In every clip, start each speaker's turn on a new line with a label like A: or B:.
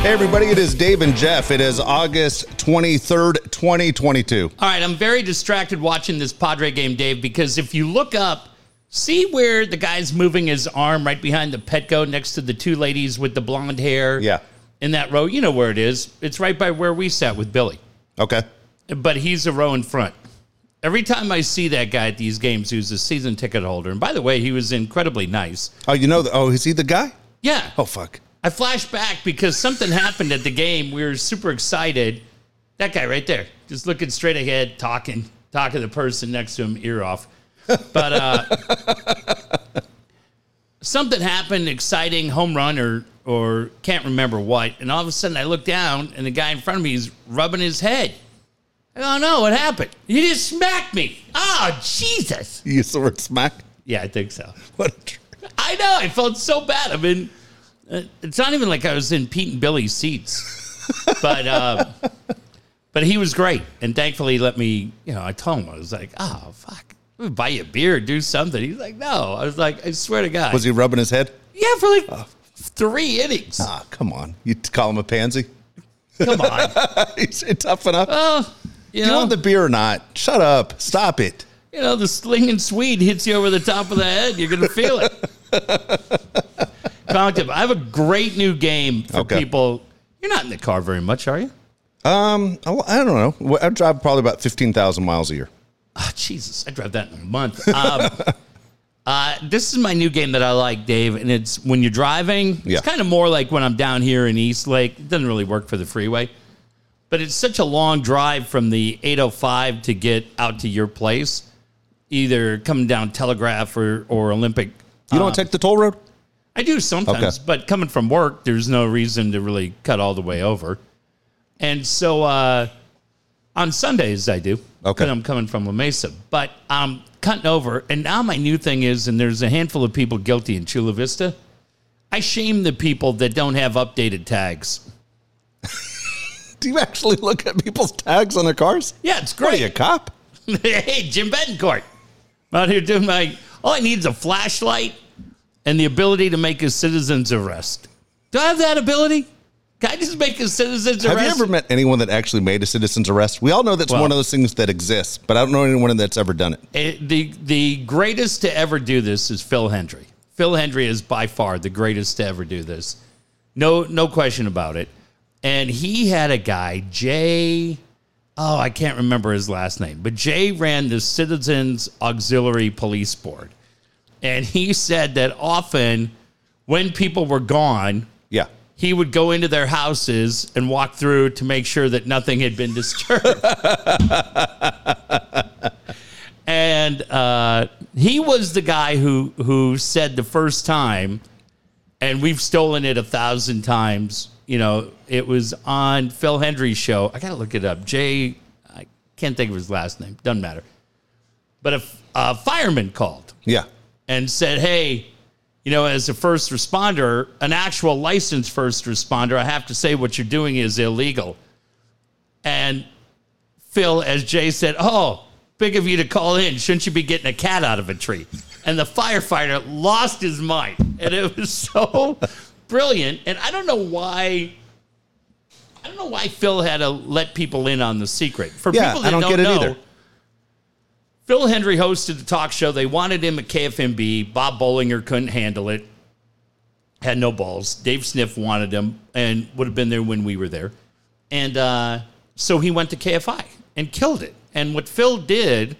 A: Hey, everybody, it is Dave and Jeff. It is August 23rd, 2022.
B: All right, I'm very distracted watching this Padre game, Dave, because if you look up, see where the guy's moving his arm right behind the Petco next to the two ladies with the blonde hair.
A: Yeah.
B: In that row, you know where it is. It's right by where we sat with Billy,
A: Okay.
B: but he's a row in front. Every time I see that guy at these games who's a season ticket holder, and by the way, he was incredibly nice.
A: Oh, you know, the, oh, is he the guy?
B: Yeah.
A: Oh, fuck.
B: I flash back because something happened at the game. We were super excited. That guy right there, just looking straight ahead, talking, talking to the person next to him, ear off. But uh, something happened, exciting home run or or can't remember what. And all of a sudden, I look down and the guy in front of me is rubbing his head. I don't know what happened. He just smacked me. Oh Jesus!
A: You used the word smack?
B: Yeah, I think so.
A: What a tr-
B: I know. I felt so bad. I mean, uh, it's not even like I was in Pete and Billy's seats, but uh, but he was great, and thankfully let me. You know, I told him I was like, "Oh fuck, let me buy you a beer, do something." He's like, "No." I was like, "I swear to God."
A: Was he rubbing his head?
B: yeah, for like three innings.
A: Ah, come on. You t- call him a pansy?
B: Come on.
A: He's tough enough.
B: Oh, you
A: Do you
B: know,
A: want the
B: the-
A: beer or not? Shut up. Stop it.
B: you know, the slinging Swede hits you over the top of the head. You're gonna feel it. Comic tip. I have a great new game for
A: Okay.
B: people. You're not in the car very much, are you?
A: Um, I, I don't know. Well, I drive probably about 15,000 miles a year.
B: Oh, Jesus, I drive that in a month. Um, uh, this is my new game that I like, Dave, and it's when you're driving.
A: Yeah.
B: It's kind of more like when I'm down here in East Lake. It doesn't really work for the freeway, but it's such a long drive from the 805 to get out to your place, either coming down Telegraph or, or Olympic.
A: You
B: Ah.
A: don't take the toll road?
B: I do sometimes,
A: Okay.
B: but coming from work, there's no reason to really cut all the way over. And so uh, on Sundays, I do.
A: Okay.
B: And I'm coming from La Mesa, but I'm cutting over. And now my new thing is, and there's a handful of people guilty in Chula Vista. I shame the people that don't have updated tags.
A: Do you actually look at people's tags on their cars?
B: Yeah, it's
A: What are you, a
B: great.
A: cop?
B: hey, Jim Betancourt. I'm out here doing my, all I need is a flashlight and the ability to make a citizen's arrest. Do I have that ability? Can I just make a citizen's
A: Have
B: arrest?
A: you ever met anyone that actually made a citizen's arrest? We all know that's
B: Well-
A: one of those things that exists, but I don't know anyone that's ever done it.
B: It- Eh, the the greatest to ever do this is Phil Hendry. Phil Hendry is by far the greatest to ever do this. No no question about it. And he had a guy, Jay Oh, I can't remember his last name, but Jay ran the Citizens Auxiliary Police Board. And he said that often when people were gone,
A: Yeah.
B: he would go into their houses and walk through to make sure that nothing had been disturbed. and uh, he was the guy who who said the first time, and we've stolen it a thousand times. You know, it was on Phil Hendry's show. I gotta look it up. Jay, I can't think of his last name. Doesn't matter. But a, a fireman called
A: Yeah.
B: and said, "Hey, you know, as a first responder, an actual licensed first responder, I have to say what you're doing is illegal." And Phil, as Jay said, "Oh, big of you to call in. Shouldn't you be getting a cat out of a tree?" And the firefighter lost his mind, and it was so brilliant. And I don't know why. I don't know why Phil had to let people in on the secret. For
A: Yeah,
B: people
A: I
B: that
A: don't
B: don't,
A: get it
B: know,
A: either.
B: Phil Hendry hosted the talk show. They wanted him at KFMB. Bob Bollinger couldn't handle it, had no balls. Dave Sniff wanted him and would have been there when we were there. And uh, so he went to KFI and killed it. And what Phil did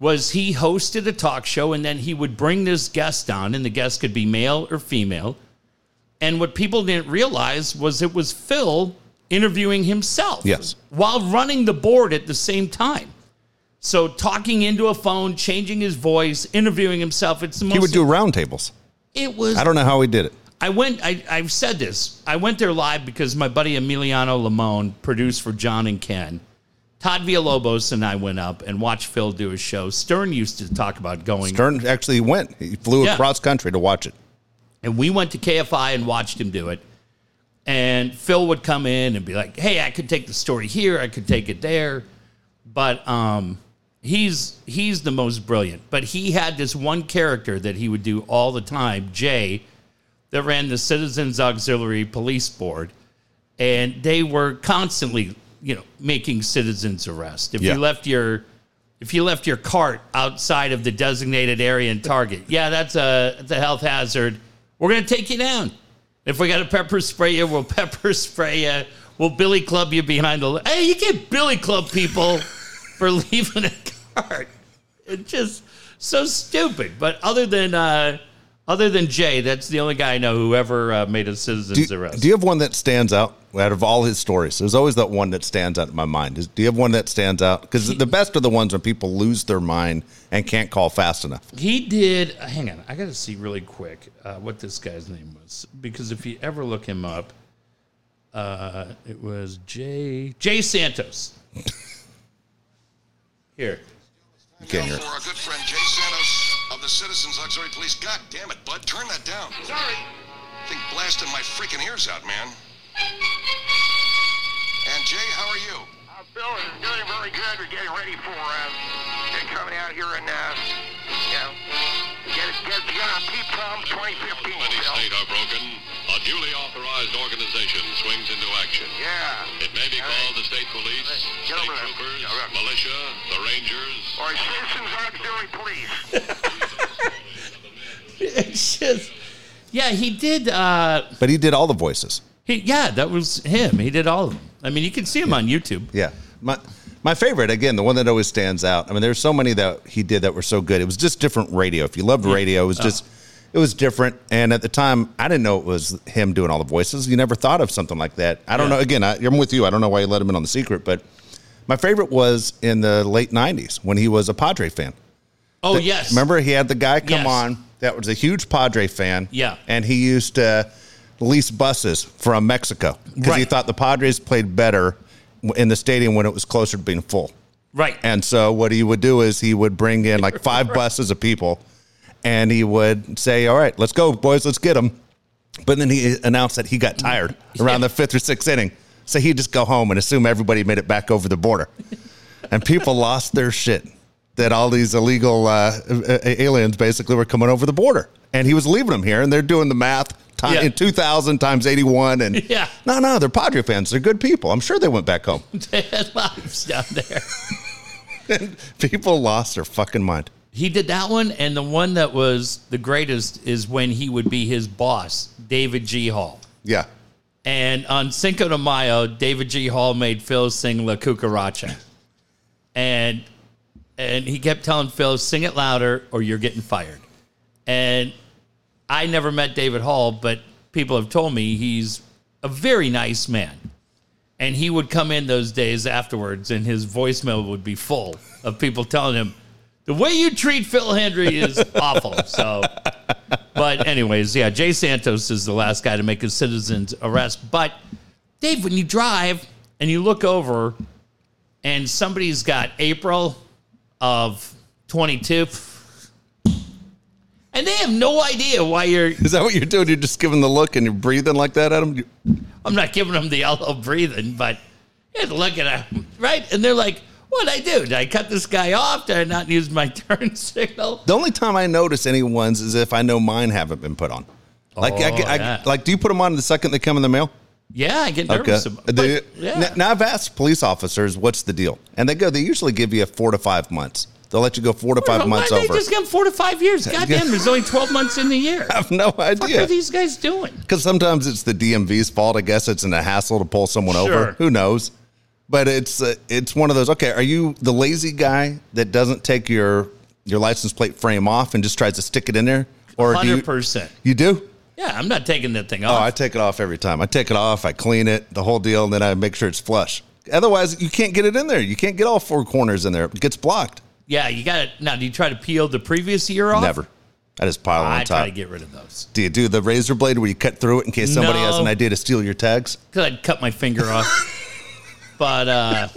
B: was he hosted a talk show and then he would bring this guest on, and the guest could be male or female. And what people didn't realize was it was Phil interviewing himself
A: Yes.
B: while running the board at the same time. So talking into a phone, changing his voice, interviewing himself. It's the most
A: He would do roundtables.
B: it was
A: I don't know how he did it.
B: I went. I, I've said this. I went there live because my buddy Emiliano Limon produced for John and Ken. Todd Villalobos and I went up and watched Phil do his show. Stern used to talk about going,
A: Stern actually went. He flew
B: Yeah.
A: across country to watch it.
B: and we went to KFI and watched him do it. And Phil would come in and be like, "Hey, I could take the story here. I could take it there." But um, he's he's the most brilliant. But he had this one character that he would do all the time, Jay, that ran the Citizens Auxiliary Police Board. and they were constantly, you know, making citizens arrest. If
A: Yeah.
B: you left your if you left your cart outside of the designated area in Target, yeah, that's a that's a health hazard. We're gonna take you down. If we got to pepper spray you, we'll pepper spray you. We'll Billy Club you behind the. Hey, you can't Billy Club people for leaving a cart. It's just so stupid. But other than uh, other than Jay, that's the only guy I know who ever uh, made a citizen's
A: do,
B: arrest.
A: do you have one that stands out out of all his stories? There's always that one that stands out in my mind. Is, do you have one that stands out? Because the best are the ones when people lose their mind and can't call fast enough.
B: He did. uh, Hang on, I got to see really quick uh, what this guy's name was because if you ever look him up, uh, it was Jay Jay Santos. Here,
A: You can't hear. it.
C: For our good friend Jay Santos of the Citizens Auxiliary Police. God damn it, bud, turn that down. Sorry. Think blasting my freaking ears out, man. And Jay, how are you?
D: Uh, Bill is doing really good. We're getting ready for uh, they're coming out here and uh, you know, get get get on Pete Palm 2015.
E: When the
D: Bill.
E: state are broken, a duly authorized organization swings into action.
D: Yeah.
E: It may be called the state police,
D: Get
E: state
D: over there.
E: troopers,
D: Yeah, right.
E: militia, the rangers.
D: Or Citizens Auxiliary Police.
B: it's just yeah, he did. Uh,
A: But he did all the voices.
B: he yeah, that was him. He did all of them. I mean, you can see him on YouTube.
A: Yeah. My my favorite, again, the one that always stands out. I mean, there's so many that he did that were so good. It was just different radio. If you loved radio, it was just it was different. And at the time, I didn't know it was him doing all the voices. You never thought of something like that. I don't
B: Yeah.
A: know. Again, I, I'm with you. I don't know why you let him in on the secret, but my favorite was in the late '90s when he was a Padre fan.
B: Oh yes,
A: Remember, he had the guy come
B: Yes.
A: on that was a huge Padre fan.
B: Yeah.
A: And he used to lease buses from Mexico because he
B: Right.
A: thought the Padres played better w- in the stadium when it was closer to being full.
B: right?
A: And so what he would do is he would bring in like five buses of people and he would say, All right, let's go, boys, let's get them. But then he announced that he got tired around the fifth or sixth inning. So he'd just go home and assume everybody made it back over the border. And people lost their shit that all these illegal uh, a- a- aliens basically were coming over the border. And he was leaving them here and they're doing the math. Time,
B: Yeah.
A: in 2000 times 81 and
B: Yeah.
A: no no they're padre fans they're good people i'm sure they went back home
B: They had lives down there.
A: people lost their fucking mind
B: He did that one, and the one that was the greatest is when he would be his boss, David G. Hall.
A: yeah
B: And on Cinco de Mayo, David G. Hall made Phil sing La Cucaracha. And and he kept telling Phil, sing it louder or you're getting fired. And I never met David Hall, but people have told me he's a very nice man. And he would come in those days afterwards and his voicemail would be full of people telling him, the way you treat Phil Hendry is awful. So but anyways, yeah, Jay Santos is the last guy to make a citizen's arrest. But Dave, when you drive and you look over and somebody's got April of 22 and they have no idea why you're
A: Is that what you're doing? You're just giving the look and you're breathing like that at him? You-
B: I'm not giving them the yellow breathing, but you had to look at them, right? And they're like, what'd I do? Did I cut this guy off? Did I not use my turn signal?
A: The only time I notice anyone's is if I know mine haven't been put on. Like, I,
B: Oh,
A: I-
B: yeah.
A: like, do you put them on the second they come in the mail?
B: Yeah, I get nervous about
A: Do you-
B: but, yeah.
A: Now, now I've asked police officers, "What's the deal?" And they go, "They usually give you four to five months. They'll let you go four to five
B: Why
A: months
B: they
A: over."
B: just got four to five years? Goddamn, there's only 12 months in the year.
A: I have no
B: What are
A: idea
B: these guys doing?
A: because sometimes it's the DMV's fault. I guess it's in a hassle to pull someone over.
B: Sure.
A: Who knows? But it's uh, it's one of those. Okay, are you the lazy guy that doesn't take your your license plate frame off and just tries to stick it in there, or do you,
B: 100%.
A: You do?
B: Yeah, I'm not taking that thing
A: Oh, I
B: off.
A: take it off every time. I take it off, I clean it, the whole deal, and then I make sure it's flush. Otherwise, you can't get it in there. You can't get all four corners in there. It gets blocked.
B: yeah, you got it. Now, do you try to peel the previous year off?
A: Never. I just pile
B: I
A: on
B: try
A: top.
B: to get rid of those
A: do you do the razor blade where you cut through it in case somebody has
B: No.
A: an idea to steal your tags?
B: because I'd cut my finger off. but, uh,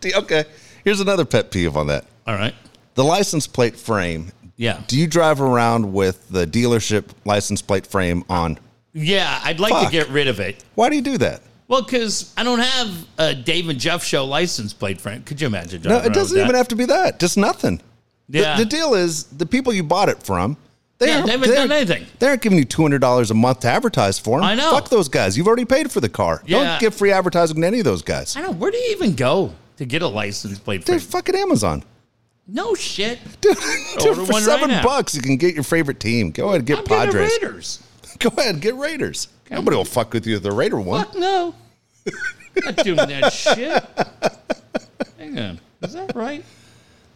A: Do you- okay. Here's another pet peeve on that.
B: all right.
A: The license plate frame.
B: Yeah.
A: Do you drive around with the dealership license plate frame on?
B: Yeah, I'd like
A: Fuck.
B: to get rid of it.
A: Why do you do that?
B: Well, because I don't have a Dave and Jeff show license plate, Frank. Could you imagine?
A: No, it doesn't even have to be that. Just nothing. The-
B: Yeah.
A: The, deal is the people you bought it from, They
B: Yeah,
A: aren't-
B: they haven't
A: they
B: done
A: aren't-
B: anything.
A: They aren't giving you two hundred dollars a month to advertise for them.
B: I know.
A: Fuck those guys. You've already paid for the car.
B: Yeah.
A: Don't give free advertising to any of those guys.
B: I don't. Where do you even go to get a license plate? For
A: They're fucking Amazon.
B: no shit.
A: Dude, dude,
B: Order
A: for
B: one right
A: seven
B: now.
A: bucks, you can get your favorite team. Go ahead, and get
B: I'm getting a
A: Padres.
B: Raiders.
A: Go ahead, get Raiders. Nobody will fuck with you if the Raider one.
B: Fuck no. Not doing that shit. Hang on. Is that right?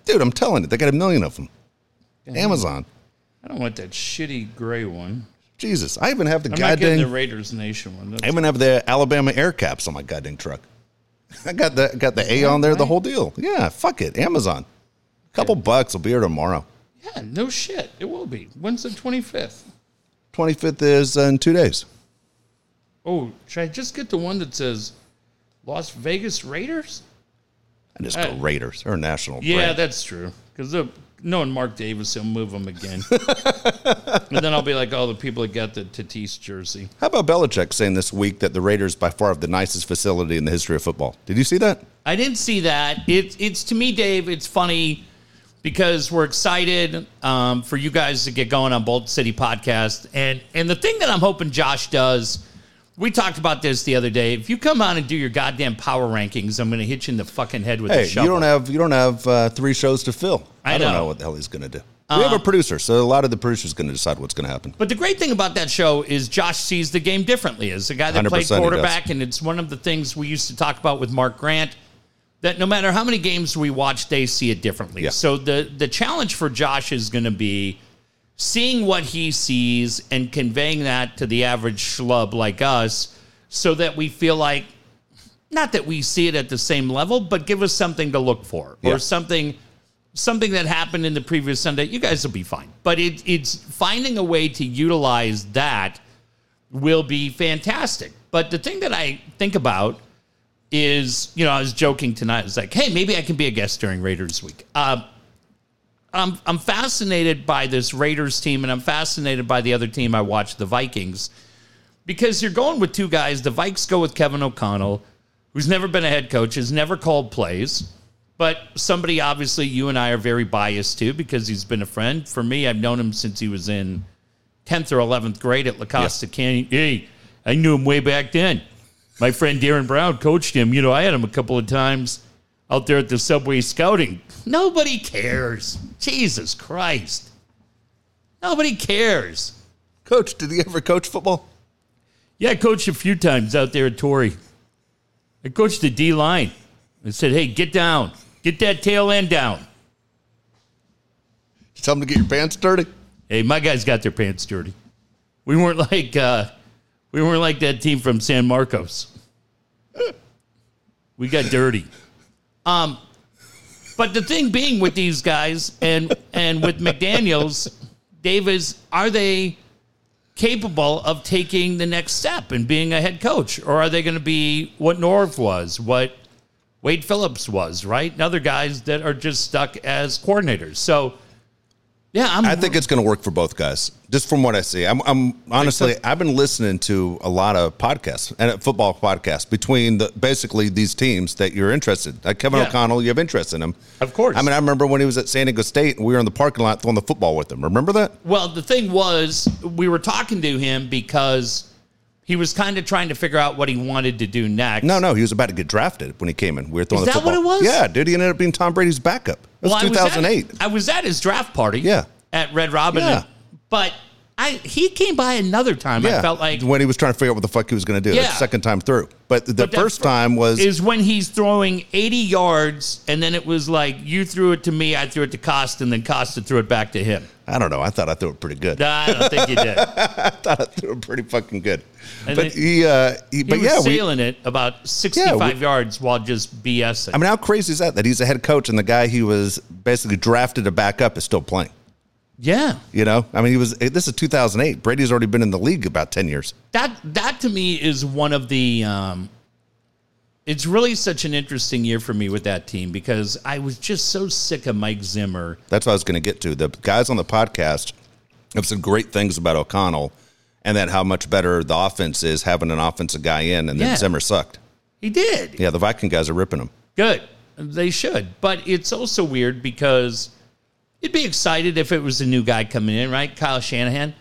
A: Dude, I'm telling you, they got a million of them. Amazon.
B: I don't want that shitty gray one.
A: Jesus, I even have the
B: I'm not getting
A: goddamn.
B: the Raiders Nation one.
A: I
B: That's-
A: even have the Alabama air caps on my goddamn truck. I got the got the A on there, the whole deal. Yeah, fuck it, Amazon. Couple bucks will be here tomorrow.
B: yeah, no shit. It will be. When's the 25th?
A: Twenty fifth is uh, in two days.
B: Oh, should I just get the one that says Las Vegas Raiders?
A: I just go
B: Uh,
A: Raiders or National.
B: Yeah,
A: brand.
B: that's true. Because knowing Mark Davis, he'll move him again. and then I'll be like, oh, the people that got the Tatis jersey.
A: How about Belichick saying this week that the Raiders by far have the nicest facility in the history of football? Did you see that?
B: I didn't see that. It's it's to me, Dave. It's funny because we're excited um, for you guys to get going on Bolt City Podcast, and and the thing that I'm hoping Josh does. We talked about this the other day. If you come on and do your goddamn power rankings, I'm going to hit you in the fucking head with a
A: Hey,
B: shovel.
A: you don't have you don't have uh, three shows to fill.
B: I
A: I, don't
B: know. Um,
A: know what the hell he's going to do. we have a producer, so a lot of the producer's going to decide what's going to happen.
B: But the great thing about that show is Josh sees the game differently. As a guy that
A: 100%
B: played
A: he does.
B: quarterback, and it's one of the things we used to talk about with Mark Grant that no matter how many games we watch, they see it differently.
A: Yeah.
B: So the the challenge for Josh is going to be seeing what he sees and conveying that to the average schlub like us, so that we feel like not that we see it at the same level, but give us something to look for
A: Yeah.
B: or something something that happened in the previous Sunday. You guys will be fine, but it, it's finding a way to utilize that will be fantastic. But the thing that I think about is, you know, I was joking tonight. I was like, hey, maybe I can be a guest during Raiders week. Uh, I'm I'm fascinated by this Raiders team, and I'm fascinated by the other team I watch, the Vikings, because you're going with two guys. The Vikes go with Kevin O'Connell, who's never been a head coach, has never called plays, but somebody obviously you and I are very biased to because he's been a friend. For me, I've known him since he was in tenth or eleventh grade at La Costa Canyon. Hey, I knew him way back then. My friend Darren Brown coached him. You know, I had him a couple of times out there at the subway scouting. Nobody cares. Jesus Christ. Nobody cares.
A: Coach, did he ever coach football?
B: Yeah, I coached a few times out there at Torrey. I coached the D line. I said, hey, get down. Get that tail end down.
A: You tell him to get your pants dirty.
B: Hey, my guys got their pants dirty. We weren't like uh, we weren't like that team from San Marcos. We got dirty. Um, but the thing being with these guys and and with McDaniel's, Davis, are they capable of taking the next step and being a head coach, or are they going to be what Norv was, what Wade Phillips was, right, and other guys that are just stuck as coordinators? So, yeah, I'm
A: I think it's going to work for both guys, just from what I see. I'm, I'm honestly, I've been listening to a lot of podcasts and uh, football podcasts between the basically these teams that you're interested. Like Kevin
B: Yeah.
A: O'Connell, you have interest in him,
B: Of course.
A: I mean, I remember when he was at San Diego State and we were in the parking lot throwing the football with him. Remember that?
B: Well, the thing was, we were talking to him because he was kind of trying to figure out what he wanted to do next.
A: No, no, he was about to get drafted when he came in. We were throwing
B: Is
A: the
B: that what
A: football.
B: it was?
A: Yeah, dude, he ended up being Tom Brady's backup. It was
B: Well, I was at-
A: 2008.
B: I was at his draft party.
A: Yeah.
B: At Red Robin.
A: Yeah.
B: But I he came by another time. I felt like
A: when he was trying to figure out what the fuck he was going to do.
B: Yeah.
A: The second time through, but the
B: But that
A: first
B: fir-
A: time was
B: is when he's throwing 80 yards, and then it was like you threw it to me, I threw it to Costa, and then Costa threw it back to him.
A: I don't know. I thought I threw it pretty good.
B: Nah, I don't think you did.
A: thought I threw it pretty fucking good.
B: And
A: but
B: they-
A: he, uh, he,
B: He
A: but
B: was
A: yeah, we,
B: sailing it about 65 yards while just BSing.
A: I mean, how crazy is that? That he's a head coach and the guy he was basically drafted to back up is still playing.
B: yeah.
A: You know, I mean, he was. This is 2008. Brady's already been in the league about 10 years.
B: that that to me is one of the um it's really such an interesting year for me with that team because I was just so sick of Mike Zimmer.
A: That's what I was going to get to. The guys on the podcast have some great things about O'Connell and that how much better the offense is having an offensive guy in, and then
B: Yeah.
A: Zimmer sucked.
B: He did.
A: Yeah, the Viking guys are ripping him.
B: Good. They should. But it's also weird because you'd be excited if it was a new guy coming in, right? Kyle Shanahan.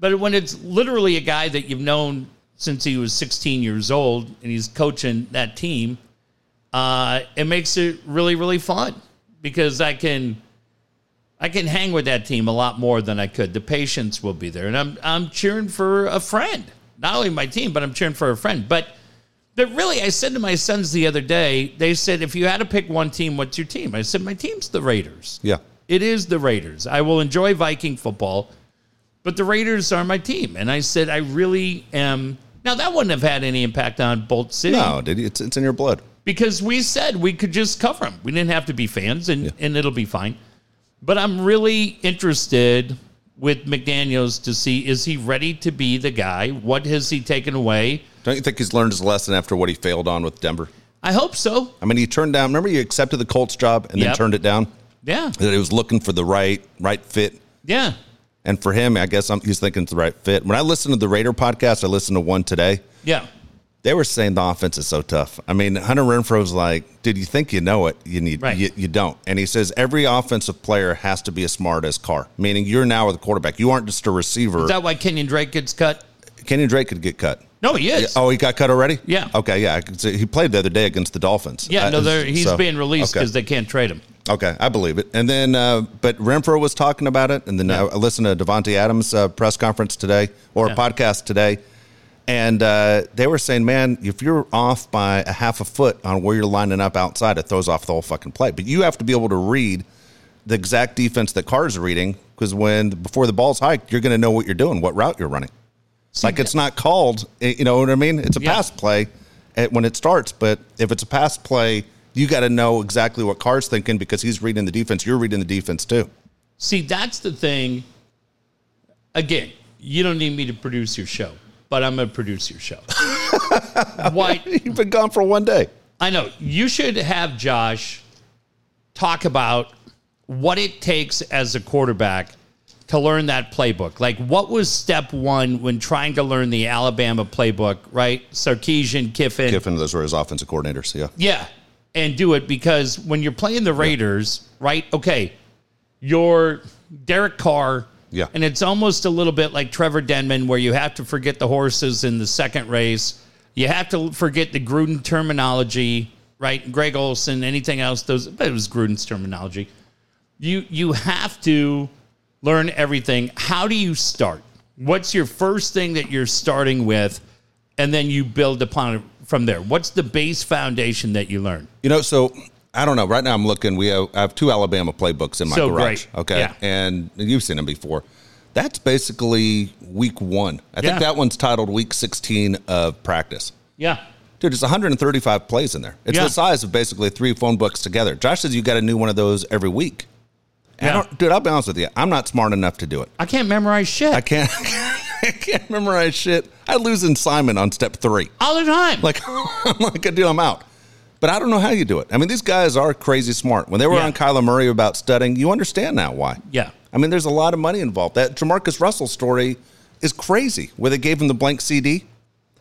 B: But when it's literally a guy that you've known since he was 16 years old and he's coaching that team, uh, it makes it really, really fun because I can. I can hang with that team a lot more than I could. The patience will be there, and I'm I'm cheering for a friend, not only my team, but I'm cheering for a friend. But but really, I said to my sons the other day, they said, if you had to pick one team, what's your team? I said, my team's the Raiders.
A: Yeah.
B: It is the Raiders. I will enjoy Viking football, but the Raiders are my team. And I said, I really am. Now, that wouldn't have had any impact on Bolt City
A: No, dude, it's it's in your blood.
B: because we said we could just cover them. We didn't have to be fans, and,
A: Yeah.
B: and it'll be fine. But I'm really interested with McDaniels to see is he ready to be the guy? What has he taken away?
A: Don't you think he's learned his lesson after what he failed on with Denver?
B: I hope so.
A: I mean, he turned down. Remember, he accepted the Colts job and
B: Yep.
A: then turned it down.
B: Yeah.
A: That he was looking for the right right fit.
B: Yeah.
A: And for him, I guess I'm, he's thinking it's the right fit. When I listen to the Raider podcast, I listened to one today.
B: Yeah.
A: They were saying the offense is so tough. I mean, Hunter Renfro's like, "Did you think you know it? You need,
B: Right.
A: you, you don't." And he says every offensive player has to be as smart as Carr, meaning you're now the quarterback. You aren't just a receiver.
B: Is that why Kenyon Drake gets cut?
A: Kenyon Drake could get cut.
B: No, he is.
A: Oh, he got cut already.
B: Yeah.
A: Okay. Yeah. I could see- He played the other day against the Dolphins.
B: yeah,
A: Uh,
B: no, they're, he's
A: so-
B: being released
A: okay.
B: because they can't trade him.
A: Okay, I believe it. And then, uh, but Renfro was talking about it, and then uh, I listened to Devontae Adams' uh, press conference today or
B: Yeah.
A: podcast today, and uh, they were saying, "Man, if you're off by a half a foot on where you're lining up outside, it throws off the whole fucking play." But you have to be able to read the exact defense that Carr's reading because when before the ball's hiked, you're going to know what you're doing, what route you're running. Like it's not called, eh, you know what I mean? It's a
B: Yeah.
A: pass play at, when it starts, but if it's a pass play, you got to know exactly what Carr's thinking because he's reading the defense. You're reading the defense too.
B: See, that's the thing. Again, you don't need me to produce your show, but I'm going to produce your show. Why?
A: You've been gone for one day.
B: I know. You should have Josh talk about what it takes as a quarterback to learn that playbook. Like, what was step one when trying to learn the Alabama playbook, right? Sarkeesian, Kiffin.
A: Kiffin, those were his offensive coordinators. Yeah.
B: Yeah. And do it because when you're playing the Raiders, right? Okay. You're Derek Carr.
A: Yeah.
B: And it's almost a little bit like Trevor Denman, where you have to forget the horses in the second race. You have to forget the Gruden terminology, right? Greg Olson, anything else, those but it was Gruden's terminology. You you have to learn everything. How do you start? What's your first thing that you're starting with? And then you build upon it from there. What's the base foundation that you learn?
A: You know, so I don't know. Right now, I'm looking. We have, I have two Alabama playbooks in my
B: So
A: garage.
B: great.
A: Okay,
B: Yeah.
A: and you've seen them before. That's basically week one. I
B: Yeah.
A: think that one's titled week 16 of practice.
B: Yeah.
A: Dude, it's 135 plays in there. It's
B: Yeah.
A: the size of basically three phone books together. Josh says you got a new one of those every week. And I
B: Yeah.
A: don't- dude, I'll be honest with you. I'm not smart enough to do it.
B: I can't memorize shit
A: I can't. I can't memorize shit. I lose in Simon on step three.
B: all the time.
A: Like I'm like, dude, I'm out. But I don't know how you do it. I mean, these guys are crazy smart. When they were
B: Yeah.
A: on Kyler Murray about studying, you understand now why.
B: yeah.
A: I mean, there's a lot of money involved. That Jamarcus Russell story is crazy, where they gave him the blank CD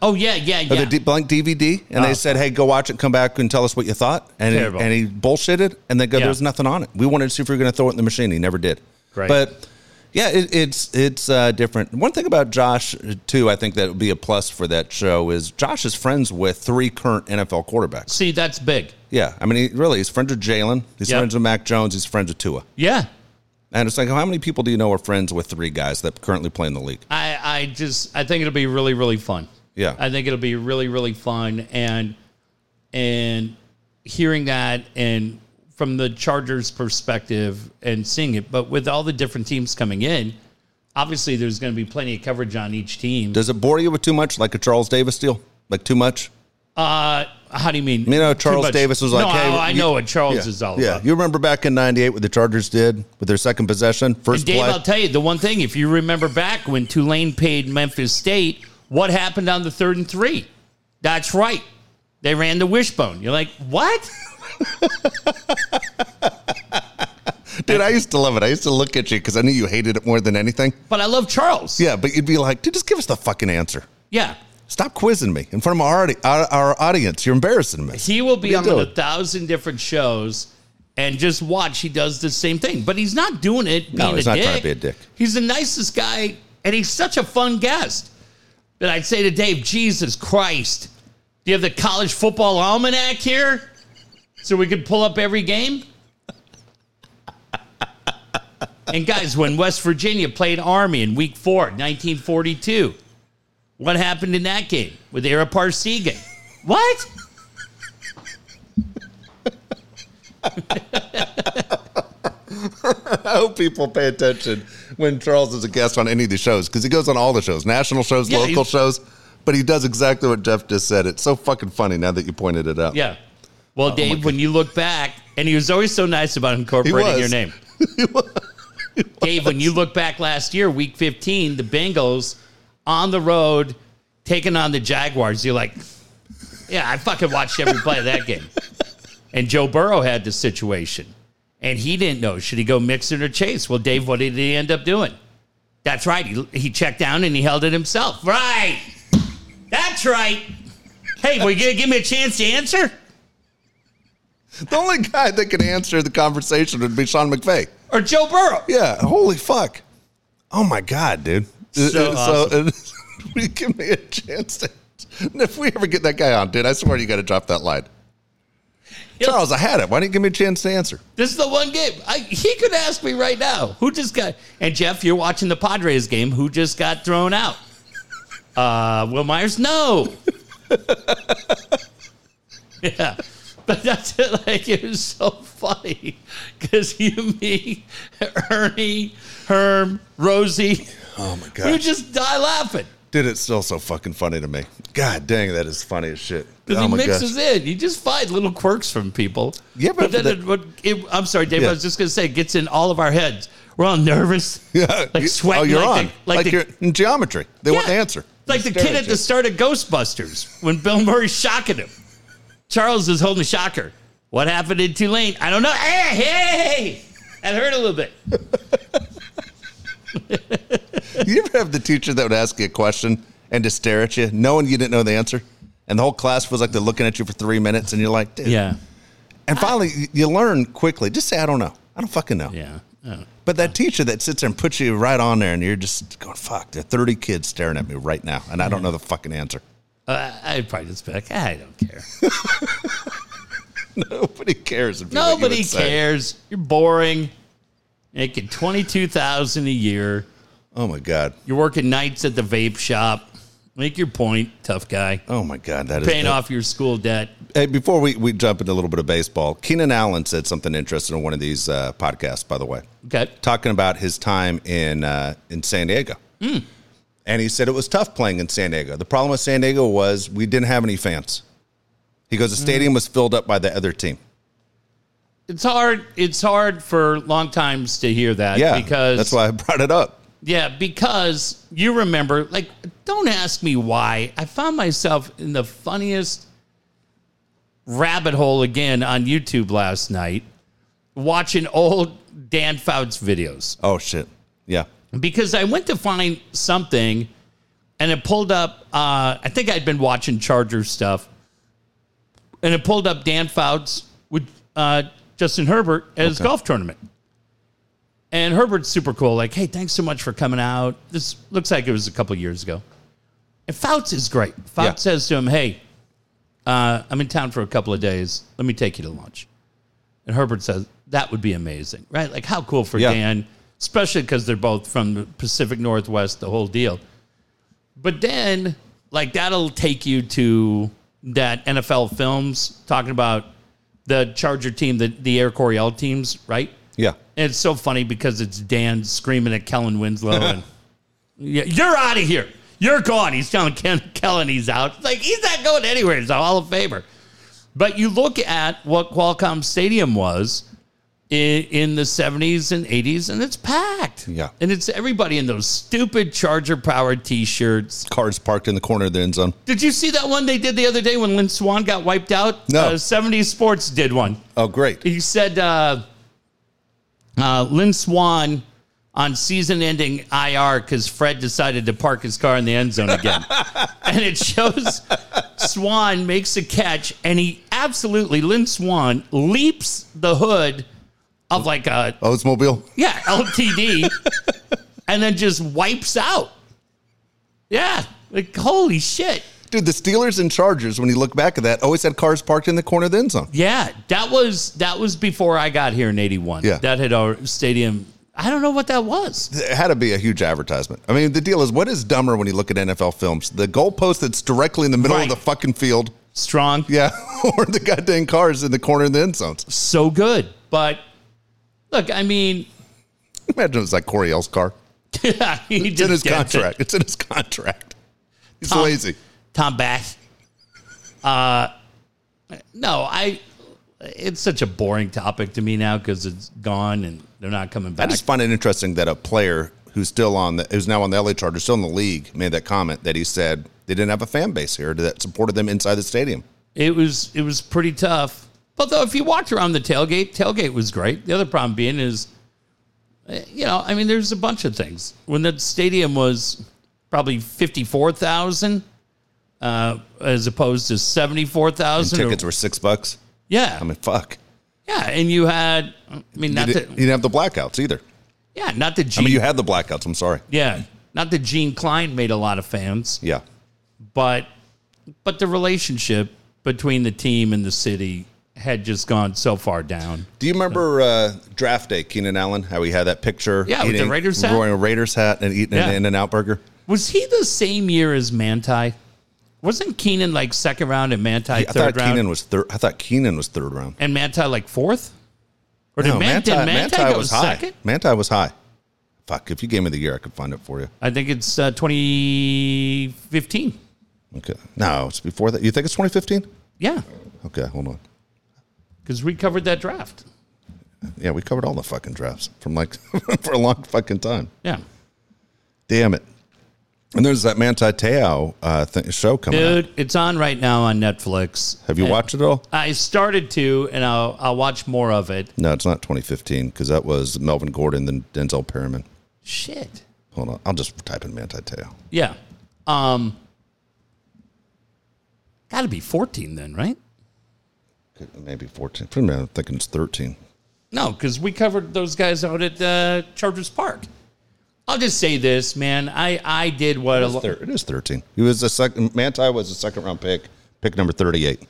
B: Oh yeah, yeah,
A: or
B: yeah.
A: the D- blank DVD, and
B: Oh.
A: they said, "Hey, go watch it, come back and tell us what you thought." And he,
B: Terrible.
A: and he bullshitted, and they go,
B: Yeah.
A: "There's nothing on it. We wanted to see if you were going to throw it in the machine." He never did.
B: Great.
A: But yeah, it, it's it's uh, different. One thing about Josh too, I think that would be a plus for that show is Josh is friends with three current NFL quarterbacks.
B: See, that's big.
A: Yeah, I mean, he, really, he's friends with Jalen, he's
B: Yep.
A: friends with Mac Jones, he's friends with Tua,
B: Yeah.
A: and it's like, how many people do you know are friends with three guys that currently play in the league?
B: I, I just I think it'll be really, really fun.
A: Yeah.
B: I think it'll be really, really fun and and hearing that and from the Chargers perspective and seeing it. But with all the different teams coming in, obviously there's gonna be plenty of coverage on each team.
A: Does it bore you with too much, like a Charles Davis deal, like too much?
B: uh how do you mean?
A: You know,
B: Too
A: Charles
B: much-
A: Davis was like,
B: No,
A: "Hey,
B: I, I
A: you-
B: know what Charles
A: yeah,
B: is all
A: yeah.
B: about.
A: you remember back in '98 what the Chargers did with their second possession, first
B: And Dave,
A: play.
B: I'll tell you the one thing. If you remember back when Tulane paid Memphis State, what happened on the third and three? That's right. They ran the wishbone. You're like, what?
A: dude, I used to love it. I used to look at you because I knew you hated it more than anything.
B: But I love Charles.
A: Yeah, but you'd be like, dude, just give us the fucking answer.
B: Yeah.
A: Stop quizzing me in front of our, audi- our, our audience. You're embarrassing me.
B: He will be
A: What
B: on
A: are you
B: a
A: doing?
B: thousand different shows, and just watch. He does the same thing, but he's not doing it. Being
A: No, he's
B: a
A: not
B: dick.
A: trying to be a dick.
B: He's the nicest guy, and he's such a fun guest. But I'd say to Dave, Jesus Christ, do you have the college football almanac here, so we could pull up every game? and guys, when West Virginia played Army in Week Four, 1942, what happened in that game with Eric Parsegan? What?
A: I hope people pay attention when Charles is a guest on any of these shows because he goes on all the shows, national shows,
B: Yeah,
A: local
B: he's-
A: shows. But he does exactly what Jeff just said. It's so fucking funny now that you pointed it out.
B: Yeah. Well,
A: Oh
B: Dave, when you look back, and he was always so nice about
A: He
B: incorporating
A: was.
B: your name. Dave, when you look back last year, week 15, the Bengals on the road taking on the Jaguars, you're like, yeah, I fucking watched every play of that game. And Joe Burrow had the situation, and he didn't know should he go Mixon or Chase. Well, Dave, what did he end up doing? That's right. He, he checked down and he held it himself. Right. That's right. Hey, will you give me a chance to answer?
A: The only guy that could answer the conversation would be Sean McVay.
B: or Joe Burrow.
A: Yeah. Holy fuck. Oh my god, dude. Uh,
B: So awesome.
A: we uh, give me a chance to. and If we ever get that guy on, dude, I swear you got to drop that line. Charles, I had it. Why didn't you give me a chance to answer?
B: This is the one game. I, he could ask me right now who just got. And Jeff, you're watching the Padres game. Who just got thrown out? Uh, Will Myers? No. yeah. But that's it. Like, it was so funny. Because you, me, Ernie, Herm, Rosie,
A: Oh my
B: we would just die laughing.
A: dude, it's still so fucking funny to me. God dang, that is funny as shit.
B: Because
A: oh
B: he
A: my
B: mixes
A: gosh.
B: in. You just find little quirks from people.
A: Yeah, but-
B: but, then
A: but-
B: it, would- it- I'm sorry, Dave. I
A: Yeah.
B: was just going to say, it gets in all of our heads. We're all nervous.
A: Yeah,
B: Like
A: you-
B: sweating.
A: Oh, you're
B: like
A: on.
B: The,
A: like
B: like the,
A: you're in geometry. They won't
B: Yeah.
A: answer.
B: Like the kid at the start of Ghostbusters when Bill Murray's shocking him. Charles is holding the shocker. What happened in Tulane? I don't know. Hey, hey, hey. That hurt a little bit.
A: You ever have the teacher that would ask you a question and just stare at you, knowing you didn't know the answer? And the whole class was like they're looking at you for three minutes, and you're like, dude.
B: Yeah.
A: And finally, y- you learn quickly. Just say, I don't know. I don't fucking know.
B: Yeah. Oh.
A: But that teacher that sits there and puts you right on there, and you're just going, fuck, there are 30 kids staring at me right now, and I don't know the fucking answer.
B: Uh, I'd probably just be like, "Ah, I don't care.
A: Nobody cares. If you- what you
B: Nobody
A: would say.
B: cares. You're boring. Making 22000 a year.
A: Oh, my God.
B: You're working nights at the vape shop. Make your point, tough guy.
A: Oh, my God. That is
B: Paying
A: that-
B: off your school debt.
A: Hey, before we, we jump into a little bit of baseball, Keenan Allen said something interesting on one of these uh, podcasts, by the way,
B: Okay.
A: talking about his time in uh, in San Diego. And he said it was tough playing in San Diego. The problem with San Diego was we didn't have any fans. He goes, the
B: Mm.
A: stadium was filled up by the other team.
B: It's hard. It's hard for long times to hear that.
A: Yeah,
B: because
A: that's why I brought it up.
B: Yeah, because you remember, like, don't ask me why. I found myself in the funniest rabbit hole again on YouTube last night, watching old Dan Fouts videos
A: Oh shit, yeah,
B: because I went to find something and it pulled up. Uh, I think I'd been watching Charger stuff and it pulled up Dan Fouts with uh, Justin Herbert at his golf tournament. And Herbert's super cool. Like, hey, thanks so much for coming out. This looks like it was a couple years ago. And Fouts is great. Fouts
A: Yeah.
B: says to him, hey, uh, I'm in town for a couple of days. Let me take you to lunch. And Herbert says, that would be amazing, right? Like, how cool for
A: Yeah.
B: Dan, especially because they're both from the Pacific Northwest, the whole deal. But then, like, that'll take you to that NFL films talking about the Charger team, the, the Air Coryell teams, right?
A: yeah.
B: And it's so funny because it's Dan screaming at Kellen Winslow and yeah, you're out of here. You're gone. He's telling Ken, Kellen he's out. It's like he's not going anywhere. He's a Hall of Famer. But you look at what Qualcomm Stadium was in, in the 70s and 80s, and it's packed.
A: Yeah.
B: And it's everybody in those stupid Charger Power t shirts.
A: Cars parked in the corner of the end zone.
B: Did you see that one they did the other day when Lynn Swan got wiped out?
A: No.
B: Uh, 70s Sports did one
A: Oh great,
B: he said uh, uh, Lynn Swan on season-ending IR because Fred decided to park his car in the end zone again, and it shows Swan makes a catch and he absolutely, Lynn Swan leaps the hood of like a
A: Oldsmobile.
B: yeah LTD, and then just wipes out. Yeah, like holy shit.
A: Dude, the Steelers and Chargers, when you look back at that, always had cars parked in the corner of the end zone.
B: Yeah, that was that was before I got here in '81.
A: Yeah.
B: that had our stadium. I don't know what that was.
A: It had to be a huge advertisement. I mean, the deal is what is dumber when you look at NFL films? The goalpost that's directly in the middle
B: Right.
A: of the fucking field.
B: Strong,
A: Yeah. or the goddamn cars in the corner of the end zones.
B: so good, but look, I mean,
A: Imagine it's like Coriel's car.
B: he
A: It's in
B: just
A: his
B: gets it.
A: contract. It's in his contract. He's
B: Tom-
A: lazy.
B: Tom Bass. Uh, no, I. It's such a boring topic to me now because it's gone and they're not coming
A: I
B: back.
A: just find it interesting that a player who's still on the who's now on the LA Chargers, still in the league, made that comment that he said they didn't have a fan base here that supported them inside the stadium.
B: it was it was pretty tough. But though, if you walked around the tailgate, tailgate was great. The other problem being is, eh, you know, I mean, there's a bunch of things. When the stadium was probably fifty four thousand, uh, as opposed to seventy four
A: And
B: thousand.
A: tickets were six bucks.
B: yeah,
A: I mean, fuck.
B: yeah, and you had, I
A: You
B: mean, not
A: didn't, you
B: the
A: didn't have the blackouts either.
B: yeah, not the G.
A: I mean, you had the blackouts. I'm sorry.
B: Yeah. Not that Gene Klein made a lot of fans,
A: Yeah.
B: but but the relationship between the team and the city had just gone so far down.
A: Do you remember uh, draft day, Keenan Allen? How he had that picture?
B: Yeah, with the Raiders hat?
A: Wearing a Raiders hat and eating
B: Yeah.
A: an In and Out burger.
B: Was he the same year as Manti? Wasn't Keenan like second round and Manti
A: I thought
B: third round?
A: Keenan was third. I thought Keenan was third round.
B: and Manti like fourth? Or did, Man, did Manti, go second?
A: high. Manti was high. Fuck! If you gave me the year, I could find it for you.
B: I think it's uh, 2015.
A: Okay. No, it's before that. You think it's 2015?
B: Yeah,
A: Okay, hold on.
B: because we covered that draft.
A: Yeah, we covered all the fucking drafts from like for a long fucking time.
B: Yeah.
A: Damn it. And there's that Manti Te'o uh, th- show coming out.
B: Dude, it's on right now on Netflix.
A: Have you
B: And-
A: watched it all?
B: I started to, and I'll I'll watch more of it.
A: No, it's not 2015 because that was Melvin Gordon then Denzel Perriman.
B: Shit.
A: Hold on, I'll just type in Manti Te'o.
B: Yeah. Um. Got to be fourteen then, right?
A: Could- Maybe 14. For a minute, I'm thinking it's 13.
B: No, because we covered those guys out at uh, Chargers Park. I'll just say this, man. I I did what a
A: It's
B: lo-
A: thir- it is 13. He was the second. Manti was the second round pick, pick number 38.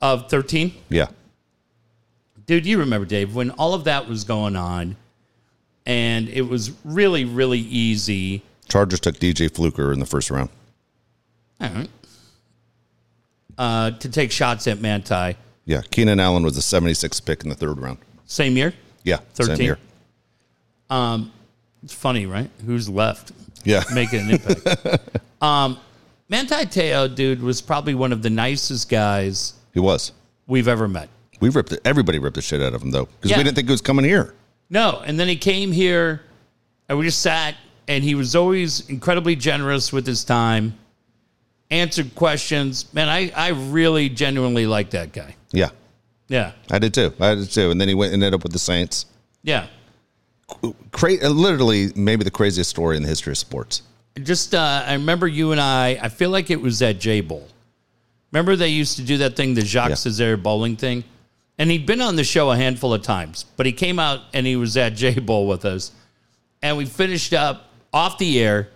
B: of thirteen,
A: Yeah,
B: dude. You remember Dave when all of that was going on, and it was really really easy.
A: Chargers took DJ Fluker in the first round.
B: All right. Uh, to take shots at Manti,
A: Yeah, Keenan Allen was the 76th pick in the third round.
B: same year.
A: Yeah, same
B: 13?
A: year.
B: It's funny, right? Who's left
A: Yeah,
B: making an impact? um, Manti Te'o, dude, was probably one of the nicest guys
A: he was.
B: we've ever met.
A: We ripped it. Everybody ripped the shit out of him though, because
B: Yeah.
A: we didn't think it was coming here.
B: No, and then he came here, and we just sat, and he was always incredibly generous with his time, answered questions. Man, I, I really genuinely like that guy.
A: Yeah,
B: Yeah,
A: I did too. I did too. And then he went and ended up with the Saints.
B: yeah.
A: Cra- literally, maybe the craziest story in the history of sports.
B: Just uh, I remember you and I. I feel like it was at J Bowl. Remember they used to do that thing, the Jacques
A: Yeah.
B: Cesare bowling thing, and he'd been on the show a handful of times, but he came out and he was at J Bowl with us, and we finished up off the air.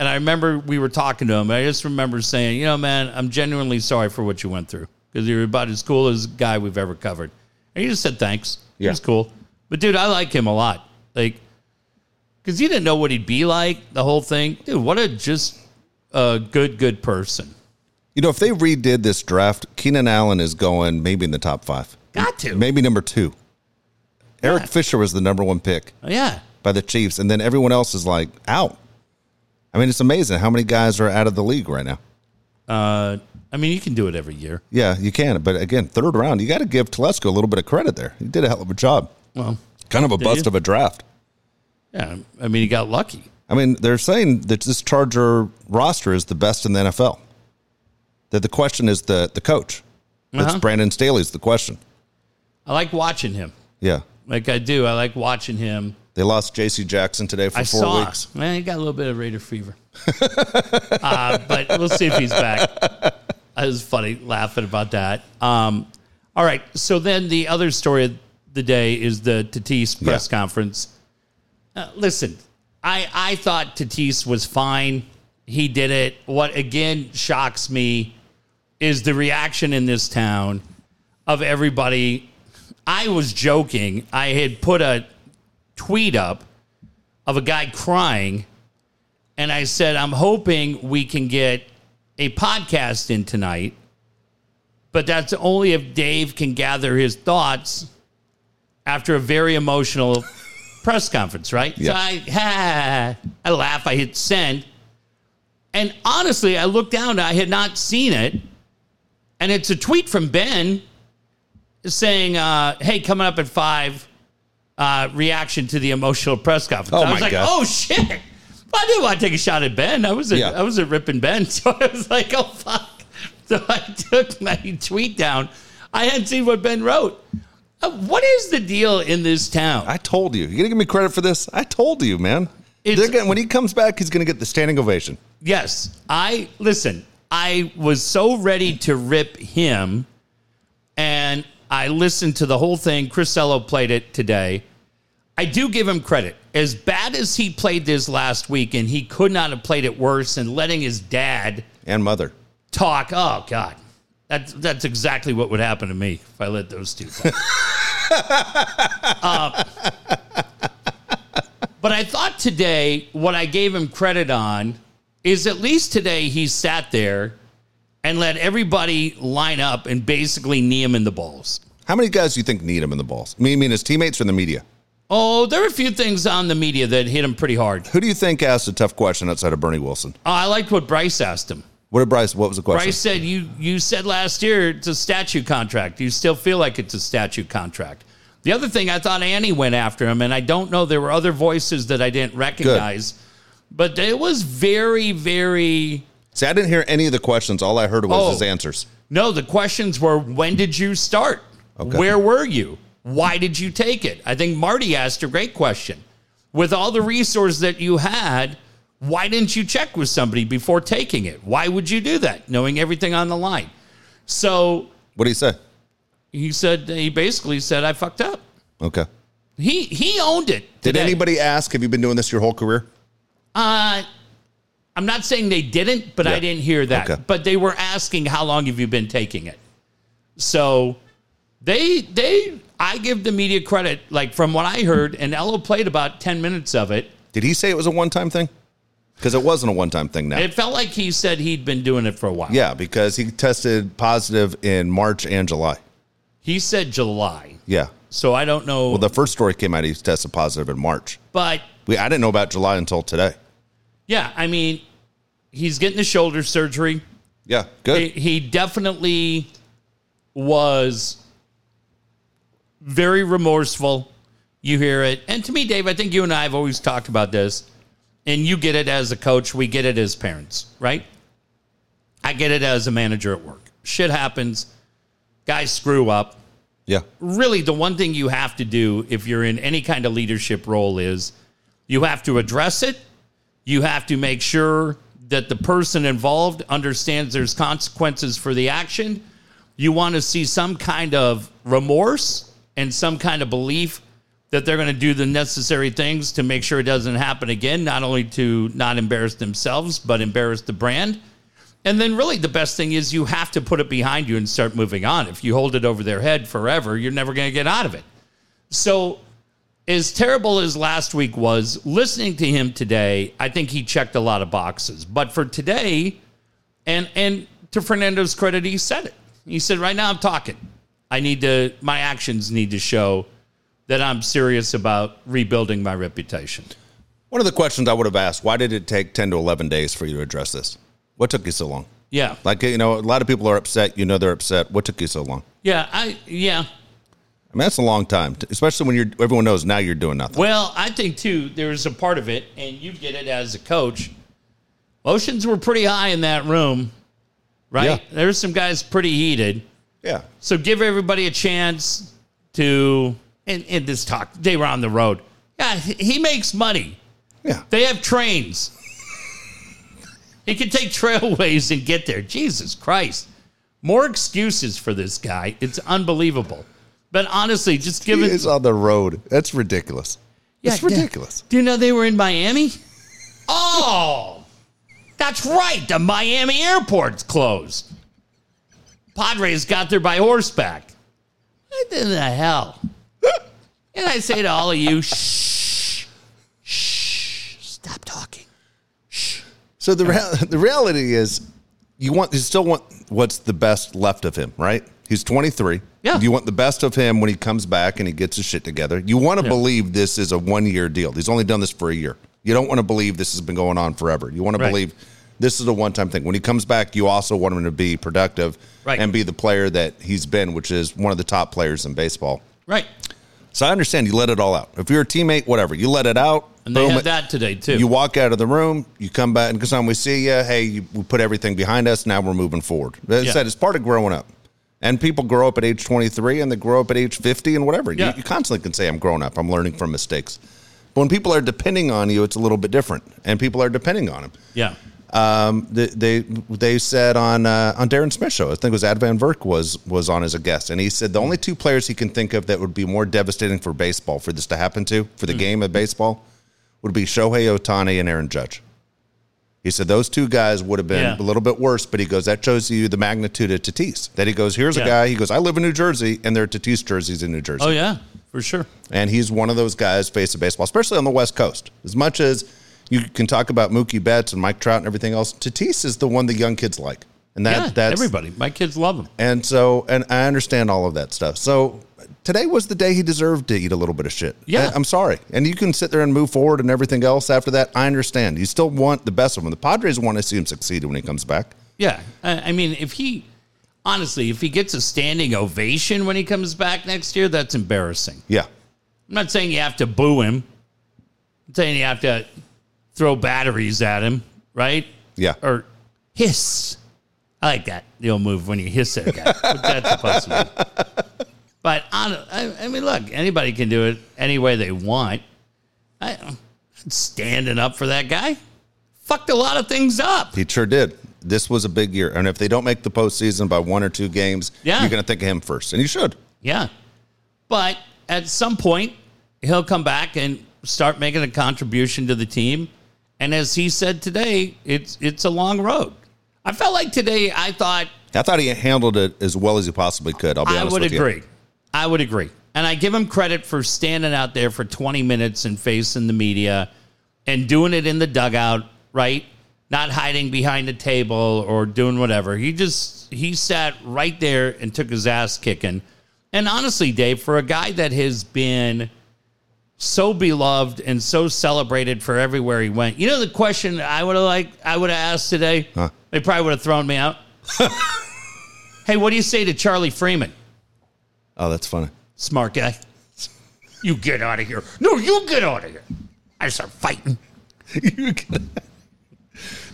B: And I remember we were talking to him. And I just remember saying, you know, man, I'm genuinely sorry for what you went through because you're about as cool as a guy we've ever covered. And he just said thanks. He
A: Yeah.
B: was cool. But dude, I like him a lot. Like, because you didn't know what he'd be like, the whole thing. Dude, what a just a good, good person.
A: You know, if they redid this draft, Keenan Allen is going maybe in the top five,
B: Got to.
A: maybe number two. Eric
B: Yeah.
A: Fisher was the number one pick
B: Oh, Yeah.
A: by the Chiefs, and then everyone else is like out. I mean, it's amazing how many guys are out of the league right now.
B: Uh, I mean, you can do it every year.
A: Yeah, you can. But again, third round, you got to give Telesco a little bit of credit there. He did a hell of a job.
B: Well,
A: Kind of a bust
B: you?
A: of a draft.
B: yeah. I mean, he got lucky.
A: I mean, they're saying that this Charger roster is the best in the NFL. That the question is the the coach. That's
B: Uh-huh.
A: Brandon Staley's the question.
B: I like watching him.
A: Yeah,
B: Like I do. I like watching him.
A: they lost J.C. Jackson today for
B: I
A: four
B: saw.
A: weeks.
B: Man, he got a little bit of Raider fever. uh, but we'll see if he's back. I was funny laughing about that. Um, All right. So then the other story of the day is the Tatis press
A: Yeah.
B: conference. Uh, listen, I I thought Tatis was fine. He did it. What again shocks me is the reaction in this town of everybody. I was joking. I had put a tweet up of a guy crying and I said, I'm hoping we can get a podcast in tonight, but that's only if Dave can gather his thoughts after a very emotional press conference, right?
A: Yeah.
B: So I, I laugh, I hit send. And honestly, I looked down, I had not seen it. And it's a tweet from Ben saying, uh, hey, coming up at five, uh, reaction to the emotional press conference.
A: Oh
B: I was
A: my
B: like,
A: God.
B: oh shit. I didn't want to take a shot at Ben. I was a,
A: Yeah.
B: I was a ripping Ben, so I was like, oh fuck. So I took my tweet down. I hadn't seen what Ben wrote. Uh, What is the deal in this town?
A: I told you. You gonna give me credit for this? I told you, man.
B: It's-
A: They're gonna- when he comes back, he's gonna get the standing ovation.
B: Yes, I listen. I was so ready to rip him, and I listened to the whole thing. Chrisello played it today. I do give him credit. As bad as he played this last week, and he could not have played it worse. And letting his dad
A: And mother.
B: talk. Oh God, that's that's exactly what would happen to me if I let those two. Talk. Uh, but I thought today, what I gave him credit on is at least today he sat there and let everybody line up and basically knee him in the balls.
A: How many guys do you think need him in the balls? I mean, I mean his teammates or the media?
B: Oh, there are a few things on the media that hit him pretty hard.
A: Who do you think asked a tough question outside of Bernie Wilson?
B: Oh, I liked what Bryce asked him.
A: What did Bryce? What was the question?
B: Bryce said, "You you said last year it's a statute contract. You still feel like it's a statute contract." The other thing I thought Annie went after him, and I don't know there were other voices that I didn't recognize, but it was very very.
A: See, I didn't hear any of the questions. All I heard was
B: Oh.
A: his answers.
B: No, the questions were when did you start?
A: Okay.
B: Where were you? Why did you take it? I think Marty asked a great question. With all the resources that you had, why didn't you check with somebody before taking it? Why would you do that, knowing everything on the line? So
A: What do you say?
B: he said he basically said I fucked up.
A: Okay.
B: He he owned it.
A: Did
B: today.
A: anybody ask? Have you been doing this your whole career?
B: Uh, I'm not saying they didn't, but I
A: Yeah.
B: didn't hear that.
A: Okay.
B: But they were asking how long have you been taking it. So they they I give the media credit. Like from what I heard, and Ello played about ten minutes of it.
A: Did he say it was a one-time thing? Because it wasn't a one-time thing. Now,
B: It felt like he said he'd been doing it for a while.
A: yeah, because he tested positive in March and July.
B: He said July.
A: Yeah.
B: So I don't know.
A: Well, the first story came out. He tested positive in March.
B: but
A: We I didn't know about July until today.
B: yeah, I mean, he's getting the shoulder surgery.
A: Yeah. Good.
B: he he definitely was very remorseful. You hear it. And to me, Dave, I think you and I have always talked about this. And you get it as a coach, we get it as parents, right? I get it as a manager at work. Shit happens. Guys screw up.
A: yeah.
B: Really, the one thing you have to do if you're in any kind of leadership role is you have to address it. You have to make sure that the person involved understands there's consequences for the action. You want to see some kind of remorse and some kind of belief that they're going to do the necessary things to make sure it doesn't happen again, not only to not embarrass themselves, but embarrass the brand. And then, really, the best thing is you have to put it behind you and start moving on. If you hold it over their head forever, you're never going to get out of it. So, as terrible as last week was, listening to him today, I think he checked a lot of boxes. But for today, and and to Fernando's credit, he said it. He said, "Right now, I'm talking. I need to. My actions need to show that I'm serious about rebuilding my reputation."
A: One of the questions I would have asked: Why did it take ten to eleven days for you to address this? What took you so long?
B: Yeah,
A: Like you know, a lot of people are upset. You know, they're upset. What took you so long?
B: yeah, I yeah.
A: I mean, that's a long time, t- especially when you're. Everyone knows now you're doing nothing.
B: Well, I think too. There's a part of it, and you get it as a coach. Emotions were pretty high in that room, right?
A: Yeah.
B: There's some guys pretty heated.
A: Yeah,
B: So give everybody a chance to and, and this talk. They were on the road. Yeah, he he makes money.
A: yeah.
B: They have trains. he can take trailways and get there. Jesus Christ. More excuses for this guy. It's unbelievable. But honestly, just
A: He
B: give it.
A: is on the road. That's ridiculous.
B: Yeah,
A: it's
B: yeah.
A: ridiculous.
B: Do you know they were in Miami? Oh, that's right. The Miami airport's closed. Padres got there by horseback. What in the hell? And I say to all of you, shh, shh, stop talking.
A: So the rea- the reality is, you want you still want what's the best left of him, right? He's 23.
B: Yeah.
A: You want the best of him when he comes back and he gets his shit together. You want to believe this is a one year deal. He's only done this for a year. You don't want to believe this has been going on forever. You want to
B: Right.
A: believe this is a one time thing. When he comes back, you also want him to be productive
B: Right.
A: and be the player that he's been, which is one of the top players in baseball.
B: Right.
A: So I understand you let it all out. If you're a teammate, whatever, you let it out.
B: And they
A: boom,
B: had
A: it-
B: that today, too.
A: you walk out of the room, you come back, and because time we see you, hey, you, we put everything behind us. Now we're moving forward. That
B: Yeah.
A: said, it's part of growing up. And people grow up at age 23 and they grow up at age 50 and whatever.
B: Yeah.
A: You, you constantly can say, I'm grown up, I'm learning from mistakes. But when people are depending on you, it's a little bit different. And people are depending on him.
B: yeah.
A: Um, they, they they said on uh, on Darren Smith show, I think it was Ad Van Verk was was on as a guest, and he said the only two players he can think of that would be more devastating for baseball for this to happen to for the
B: Hmm.
A: game of baseball would be Shohei Otani and Aaron Judge. He said those two guys would have been
B: Yeah.
A: a little bit worse, but he goes that shows you the magnitude of Tatis. That he goes here's
B: Yeah.
A: a guy. He goes I live in New Jersey, and there are Tatis jerseys in New Jersey.
B: Oh, yeah, for sure.
A: And he's one of those guys face of baseball, especially on the West Coast. As much as you can talk about Mookie Betts and Mike Trout and everything else, Tatis is the one the young kids like. And that
B: yeah,
A: that's
B: everybody. My kids love him.
A: and so and I understand all of that stuff. So today was the day he deserved to eat a little bit of shit.
B: Yeah.
A: I, am sorry. And you can sit there and move forward and everything else after that. I understand. You still want the best of him. The Padres want to see him succeed when he comes back.
B: Yeah. I, I mean, if he, honestly, if he gets a standing ovation when he comes back next year, that's embarrassing.
A: Yeah.
B: I'm not saying you have to boo him. I'm saying you have to throw batteries at him, right?
A: Yeah.
B: Or hiss. I like that. The old move when you hiss at a guy. What that's supposed to mean. But on, I, I mean, look, anybody can do it any way they want. I, standing up for that guy fucked a lot of things up.
A: He sure did. This was a big year. And if they don't make the postseason by one or two games,
B: Yeah.
A: you're gonna think of him first. And you should.
B: Yeah. But at some point, he'll come back and start making a contribution to the team. And as he said today, it's it's a long road. I felt like today I thought
A: I thought he handled it as well as he possibly could. I'll be
B: I
A: honest
B: would
A: with
B: agree.
A: you.
B: I would agree. And I give him credit for standing out there for 20 minutes and facing the media and doing it in the dugout, right? Not hiding behind a table or doing whatever. He just he sat right there and took his ass kicking. And honestly, Dave, for a guy that has been so beloved and so celebrated for everywhere he went, you know the question I would have like I would have asked today.
A: Huh.
B: They probably would have thrown me out. hey, what do you say to Charlie Freeman?
A: Oh, that's funny.
B: smart guy. You get out of here. No, you get out of here. I start fighting.
A: you can-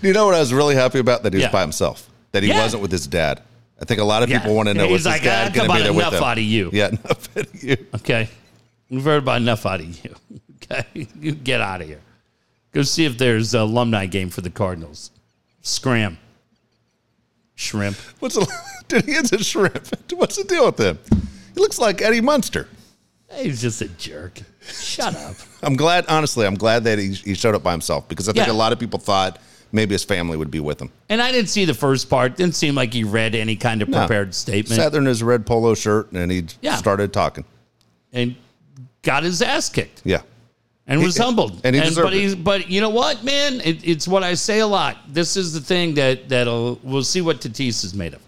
A: You know what I was really happy about? That he was
B: Yeah.
A: by himself. That he
B: Yeah.
A: wasn't with his dad. I think a lot of
B: Yeah.
A: people want to know
B: He's
A: what's
B: like,
A: his dad
B: "Ah,
A: going to
B: come
A: be
B: on,
A: there with
B: enough
A: him.
B: out of you.
A: Yeah, enough out of you.
B: Okay. We've heard about enough out of you. Okay. You get out of here. Go see if there's an alumni game for the Cardinals. Scram. Shrimp.
A: What's the, dude? He is a shrimp. What's the deal with him? He looks like Eddie Munster.
B: He's just a jerk. Shut up.
A: I'm glad, honestly, I'm glad that he, he showed up by himself because I think
B: Yeah.
A: a lot of people thought maybe his family would be with him.
B: And I didn't see the first part. Didn't seem like he read any kind of
A: No.
B: prepared statement
A: Sat there in his red polo shirt and he
B: Yeah.
A: started talking.
B: and got his ass kicked.
A: Yeah.
B: and was humbled.
A: and he deserved
B: but he's- but you know what, man? It, it's what I say a lot. This is the thing that that'll we'll see what Tatis is made of.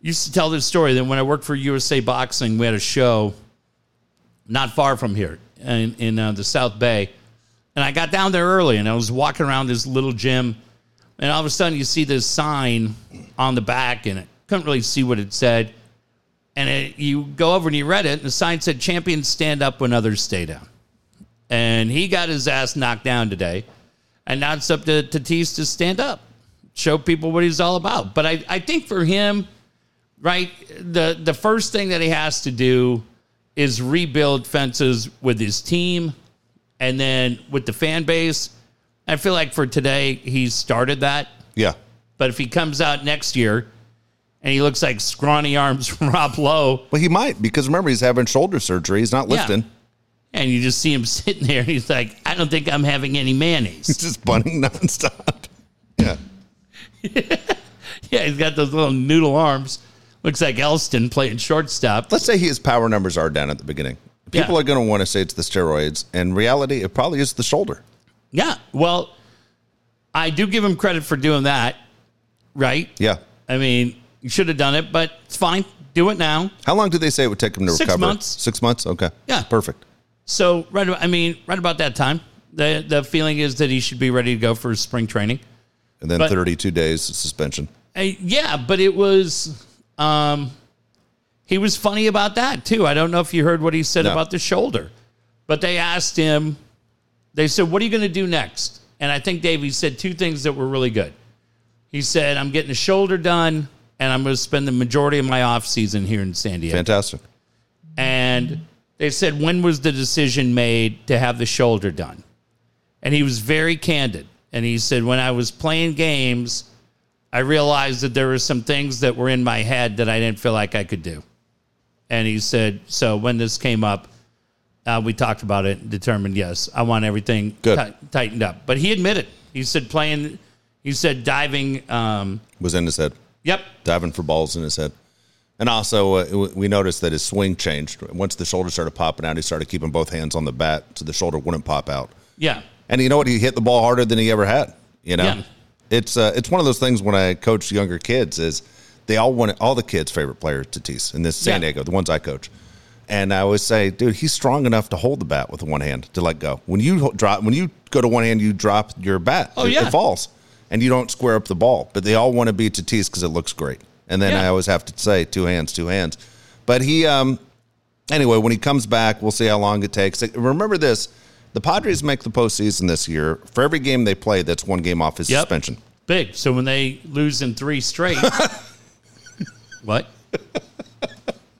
B: Used to tell this story that when I worked for USA Boxing, we had a show not far from here in in uh, the South Bay, and I got down there early and I was walking around this little gym, and all of a sudden you see this sign on the back, and I couldn't really see what it said. And it, you go over and you read it, and the sign said, Champions stand up when others stay down and he got his ass knocked down today. And now it's up to Tatis to stand up, show people what he's all about. But I, I think for him, right, the the first thing that he has to do is rebuild fences with his team and then with the fan base. I feel like for today, he started that.
A: Yeah.
B: But if he comes out next year and he looks like scrawny arms Rob Lowe.
A: Well, he might because remember he's having shoulder surgery. He's not
B: Yeah.
A: lifting.
B: And you just see him sitting there, and he's like, "I don't think I'm having any mayonnaise."
A: He's just bunning nonstop. Yeah.
B: yeah, he's got those little noodle arms. Looks like Elston playing shortstop.
A: Let's say his power numbers are down at the beginning. People
B: Yeah.
A: are going to want to say it's the steroids. In reality, it probably is the shoulder.
B: Yeah, well, I do give him credit for doing that, right?
A: Yeah.
B: I mean, you should have done it, but it's fine. Do it now.
A: How long did they say it would take him to
B: Six
A: recover?
B: months.
A: Six months. Okay.
B: Yeah.
A: Perfect.
B: So right, I mean, right about that time, the the feeling is that he should be ready to go for spring training.
A: And then
B: But-
A: 32 days suspension.
B: Uh, yeah, but it was, um, he was funny about that too. I don't know if you heard what he said
A: No.
B: about the shoulder, but they asked him, they said, "What are you going to do next?" And I think Davey said two things that were really good. He said, "I'm getting a shoulder done, and I'm going to spend the majority of my off season here in San Diego."
A: Fantastic.
B: and they said, When was the decision made to have the shoulder done? And he was very candid. And he said, When I was playing games, I realized that there were some things that were in my head that I didn't feel like I could do. And he said, So when this came up, uh, we talked about it and determined, yes, I want everything
A: Good.
B: ti- tightened up. But he admitted, he said, playing, he said, diving. Um,
A: Was in his head,
B: yep.
A: diving for balls in his head. And also, uh, w- we noticed that his swing changed. Once the shoulder started popping out, he started keeping both hands on the bat so the shoulder wouldn't pop out.
B: Yeah.
A: And you know what? He hit the ball harder than he ever had. You know,
B: Yeah.
A: it's uh, it's one of those things when I coach younger kids is they all want all the kids' favorite player is Tatis in this San
B: Yeah.
A: Diego, the ones I coach. And I always say, dude, he's strong enough to hold the bat with one hand to let go. When you ho- drop, when you go to one hand, you drop your bat.
B: Oh,
A: it,
B: yeah.
A: it falls, and you don't square up the ball. But they all want to be Tatis because it looks great. And then
B: Yeah.
A: I always have to say, two hands, two hands. But he, um, anyway, when he comes back, we'll see how long it takes. Remember this: the Padres make the postseason this year. For every game they play, that's one game off his
B: Yep.
A: suspension.
B: Big. So when they lose in three straight, what?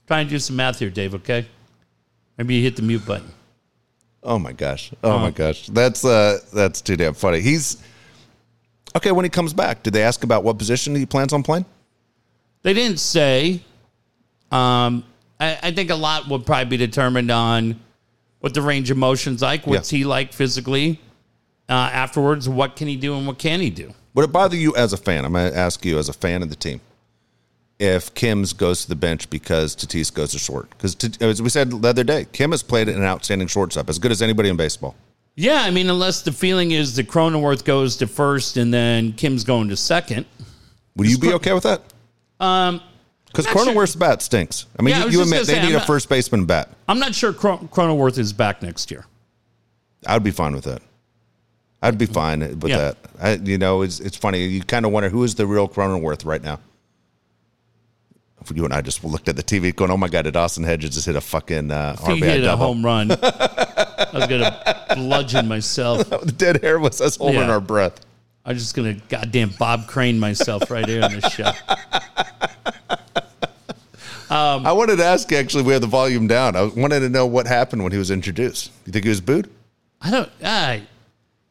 B: Try and do some math here, Dave. Okay. Maybe you hit the mute button.
A: Oh my gosh! Oh my gosh! That's uh, that's too damn funny. He's okay. When he comes back, did they ask about what position he plans on playing?
B: They didn't say. Um, I, I think a lot will probably be determined on what the range of motion's like. What's
A: Yeah.
B: he like physically uh, afterwards? What can he do and what can he do?
A: Would it bother you as a fan? I'm going to ask you as a fan of the team if Kim's goes to the bench because Tatis goes to short. Because as we said the other day, Kim has played an outstanding shortstop, as good as anybody in baseball.
B: Yeah, I mean, unless the feeling is that Cronenworth goes to first and then Kim's going to second.
A: Would you be okay with that? Um, because
B: not sure.
A: Cronenworth's bat stinks. I mean,
B: Yeah, I was
A: you, you
B: just
A: admit
B: gonna
A: they
B: say,
A: need
B: I'm
A: a
B: not-
A: first baseman bat.
B: I'm not sure Cron- Cronenworth is back next year.
A: I'd be fine with that. I'd be fine with
B: Yeah.
A: that. I, you know, it's it's funny. You kind of wonder who is the real Cronenworth right now. You and I just looked at the TV, going, "Oh my god, did Austin Hedges just hit a fucking uh,
B: If he
A: RBI
B: hit a
A: double?"
B: home run, I was gonna bludgeon myself.
A: The dead air was us holding
B: Yeah.
A: our breath.
B: I'm just gonna goddamn Bob Crane myself right here on this show. Um,
A: I wanted to ask you actually, we have the volume down. I wanted to know what happened when he was introduced. You think he was booed?
B: I don't. I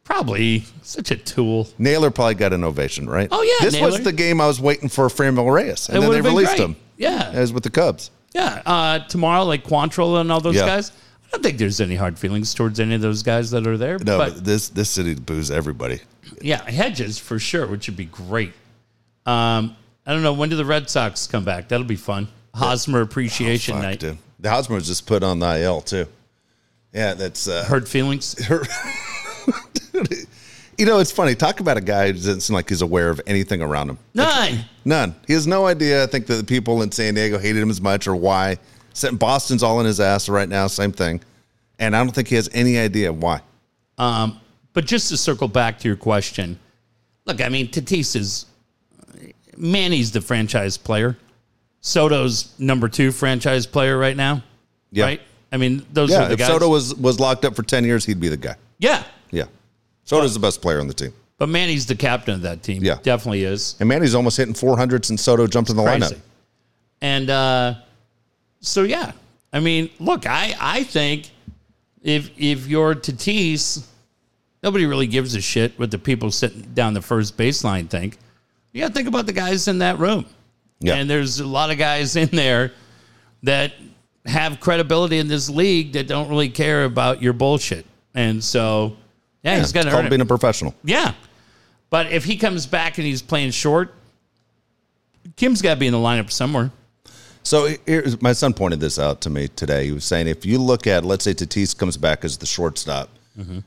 B: probably such a tool.
A: Naylor probably got an ovation, right?
B: Oh, yeah,
A: This was
B: Naylor.
A: the game I was waiting for Framil Reyes, and
B: It
A: then they
B: would've been
A: released
B: great.
A: him.
B: Yeah,
A: As with the Cubs.
B: yeah. Uh, tomorrow, like Quantrill and all those
A: Yeah.
B: guys. I don't think there's any hard feelings towards any of those guys that are there.
A: No,
B: but,
A: but this this city boos everybody.
B: yeah, Hedges for sure, which would be great. Um, I don't know when do the Red Sox come back? That'll be fun. Hosmer Appreciation
A: Oh, Fuck,
B: Night.
A: dude. The Hosmer was just put on the IL too. Yeah, that's uh,
B: Hurt feelings.
A: you know it's funny. Talk about a guy who doesn't seem like he's aware of anything around him.
B: Nine.
A: None. He has no idea. I think that the people in San Diego hated him as much or why. Sent- Boston's all in his ass right now. Same thing. And I don't think he has any idea why.
B: Um, but just to circle back to your question, look, I mean, Tatis is Manny's the franchise player. Soto's number two franchise player right now,
A: Yeah.
B: right? I mean, those are
A: Yeah.
B: the
A: If
B: guys.
A: Soto was was locked up for ten years, he'd be the guy.
B: yeah,
A: Yeah. Soto's the best player on the team.
B: but Manny's the captain of that team.
A: Yeah.
B: definitely is.
A: And Manny's almost hitting 400 since Soto jumped in the
B: Crazy.
A: lineup.
B: And uh, so yeah, I mean, look, I I think if if you're Tatis, nobody really gives a shit what the people sitting down the first baseline think. You got to think about the guys in that room.
A: Yeah.
B: And there's a lot of guys in there that have credibility in this league that don't really care about your bullshit. And so, yeah, he's
A: it's
B: going to
A: called
B: earn
A: being
B: it.
A: a professional.
B: yeah. But if he comes back and he's playing short, Kim's got to be in the lineup somewhere.
A: So here's, my son pointed this out to me today. He was saying if you look at, let's say Tatis comes back as the shortstop,
B: Mm-hmm.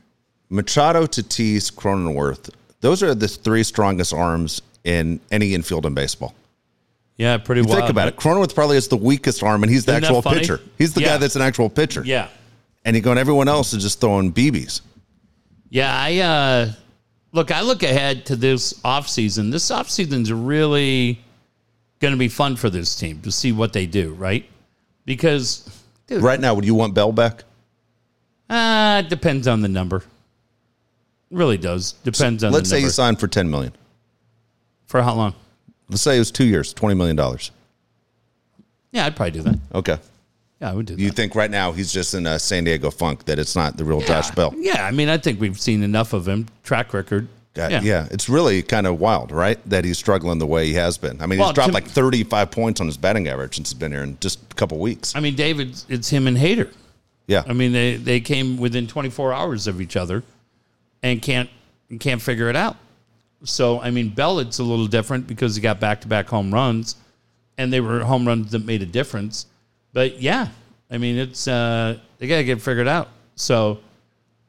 A: Machado, Tatis, Cronenworth, those are the three strongest arms in any infield in baseball.
B: Yeah, pretty
A: You think about it. Cronenworth probably is the weakest arm, and he's the
B: Isn't that
A: actual
B: funny?
A: pitcher. He's the
B: Yeah.
A: guy that's an actual pitcher.
B: Yeah.
A: And you're going, everyone else is just throwing BBs.
B: Yeah, I uh, look. I look ahead to this offseason. This offseason's really going to be fun for this team to see what they do, right? Because
A: Right now, would you want Bell back?
B: uh, it depends on the number. Really does depends on.
A: Let's
B: the
A: say
B: number.
A: he signed for $10 million.
B: for how long?
A: Let's say it was two years, $20 million.
B: Yeah, I'd probably do that.
A: Okay.
B: Yeah, I would do that.
A: You think right now he's just in a San Diego funk that it's not the real Josh Bell?
B: Yeah, I mean, I think we've seen enough of him track record.
A: God, yeah. it's really kind of wild, right? That he's struggling the way he has been. I mean,
B: Well,
A: he's dropped
B: to-
A: like 35 points on his batting average since he's been here in just a couple weeks.
B: I mean, David, it's him and Hater.
A: yeah.
B: I mean, they, they came within 24 hours of each other and can't can't figure it out. So, I mean, Bell, it's a little different because he got back to back home runs, and they were home runs that made a difference. But yeah, I mean, it's uh, they got to get it figured out. So,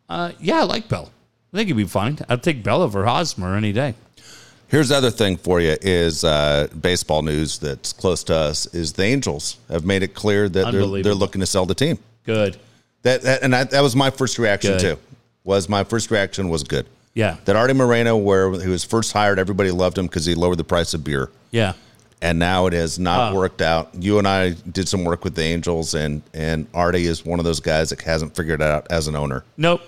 B: uh, yeah, I like Bell. I think he'd be fine. I'd take Bell over Hosmer any day.
A: Here's the other thing for you is uh, baseball news that's close to us is the Angels have made it clear that they're, they're
B: Unbelievable.
A: looking to sell the team.
B: Good.
A: That, that and I, that was my first reaction
B: Good.
A: too. Was my first reaction was good.
B: Yeah.
A: That Artie Moreno, where he was first hired, everybody loved him because he lowered the price of beer.
B: Yeah.
A: and now it has not
B: Wow.
A: worked out. You and I did some work with the Angels, and and Artie is one of those guys that hasn't figured it out as an owner.
B: Nope.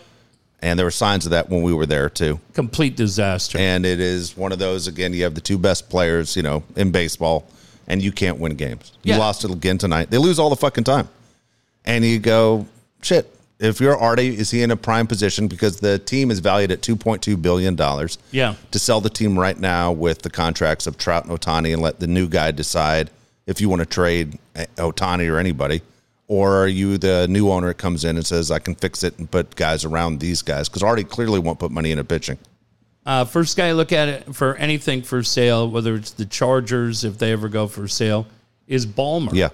A: And there were signs of that when we were there too.
B: Complete disaster.
A: And it is one of those again. You have the two best players, you know, in baseball, and you can't win games.
B: Yeah.
A: You lost it again tonight. They lose all the fucking time, and you go shit. If you're Artie, is he in a prime position because the team is valued at two point two billion dollars?
B: yeah.
A: to sell the team right now with the contracts of Trout and Otani and let the new guy decide if you want to trade Otani or anybody? Or are you the new owner that comes in and says, I can fix it and put guys around these guys? Because Artie clearly won't put money into pitching.
B: Uh, first guy I look at it for anything for sale, whether it's the Chargers, if they ever go for sale, is Ballmer.
A: Yeah.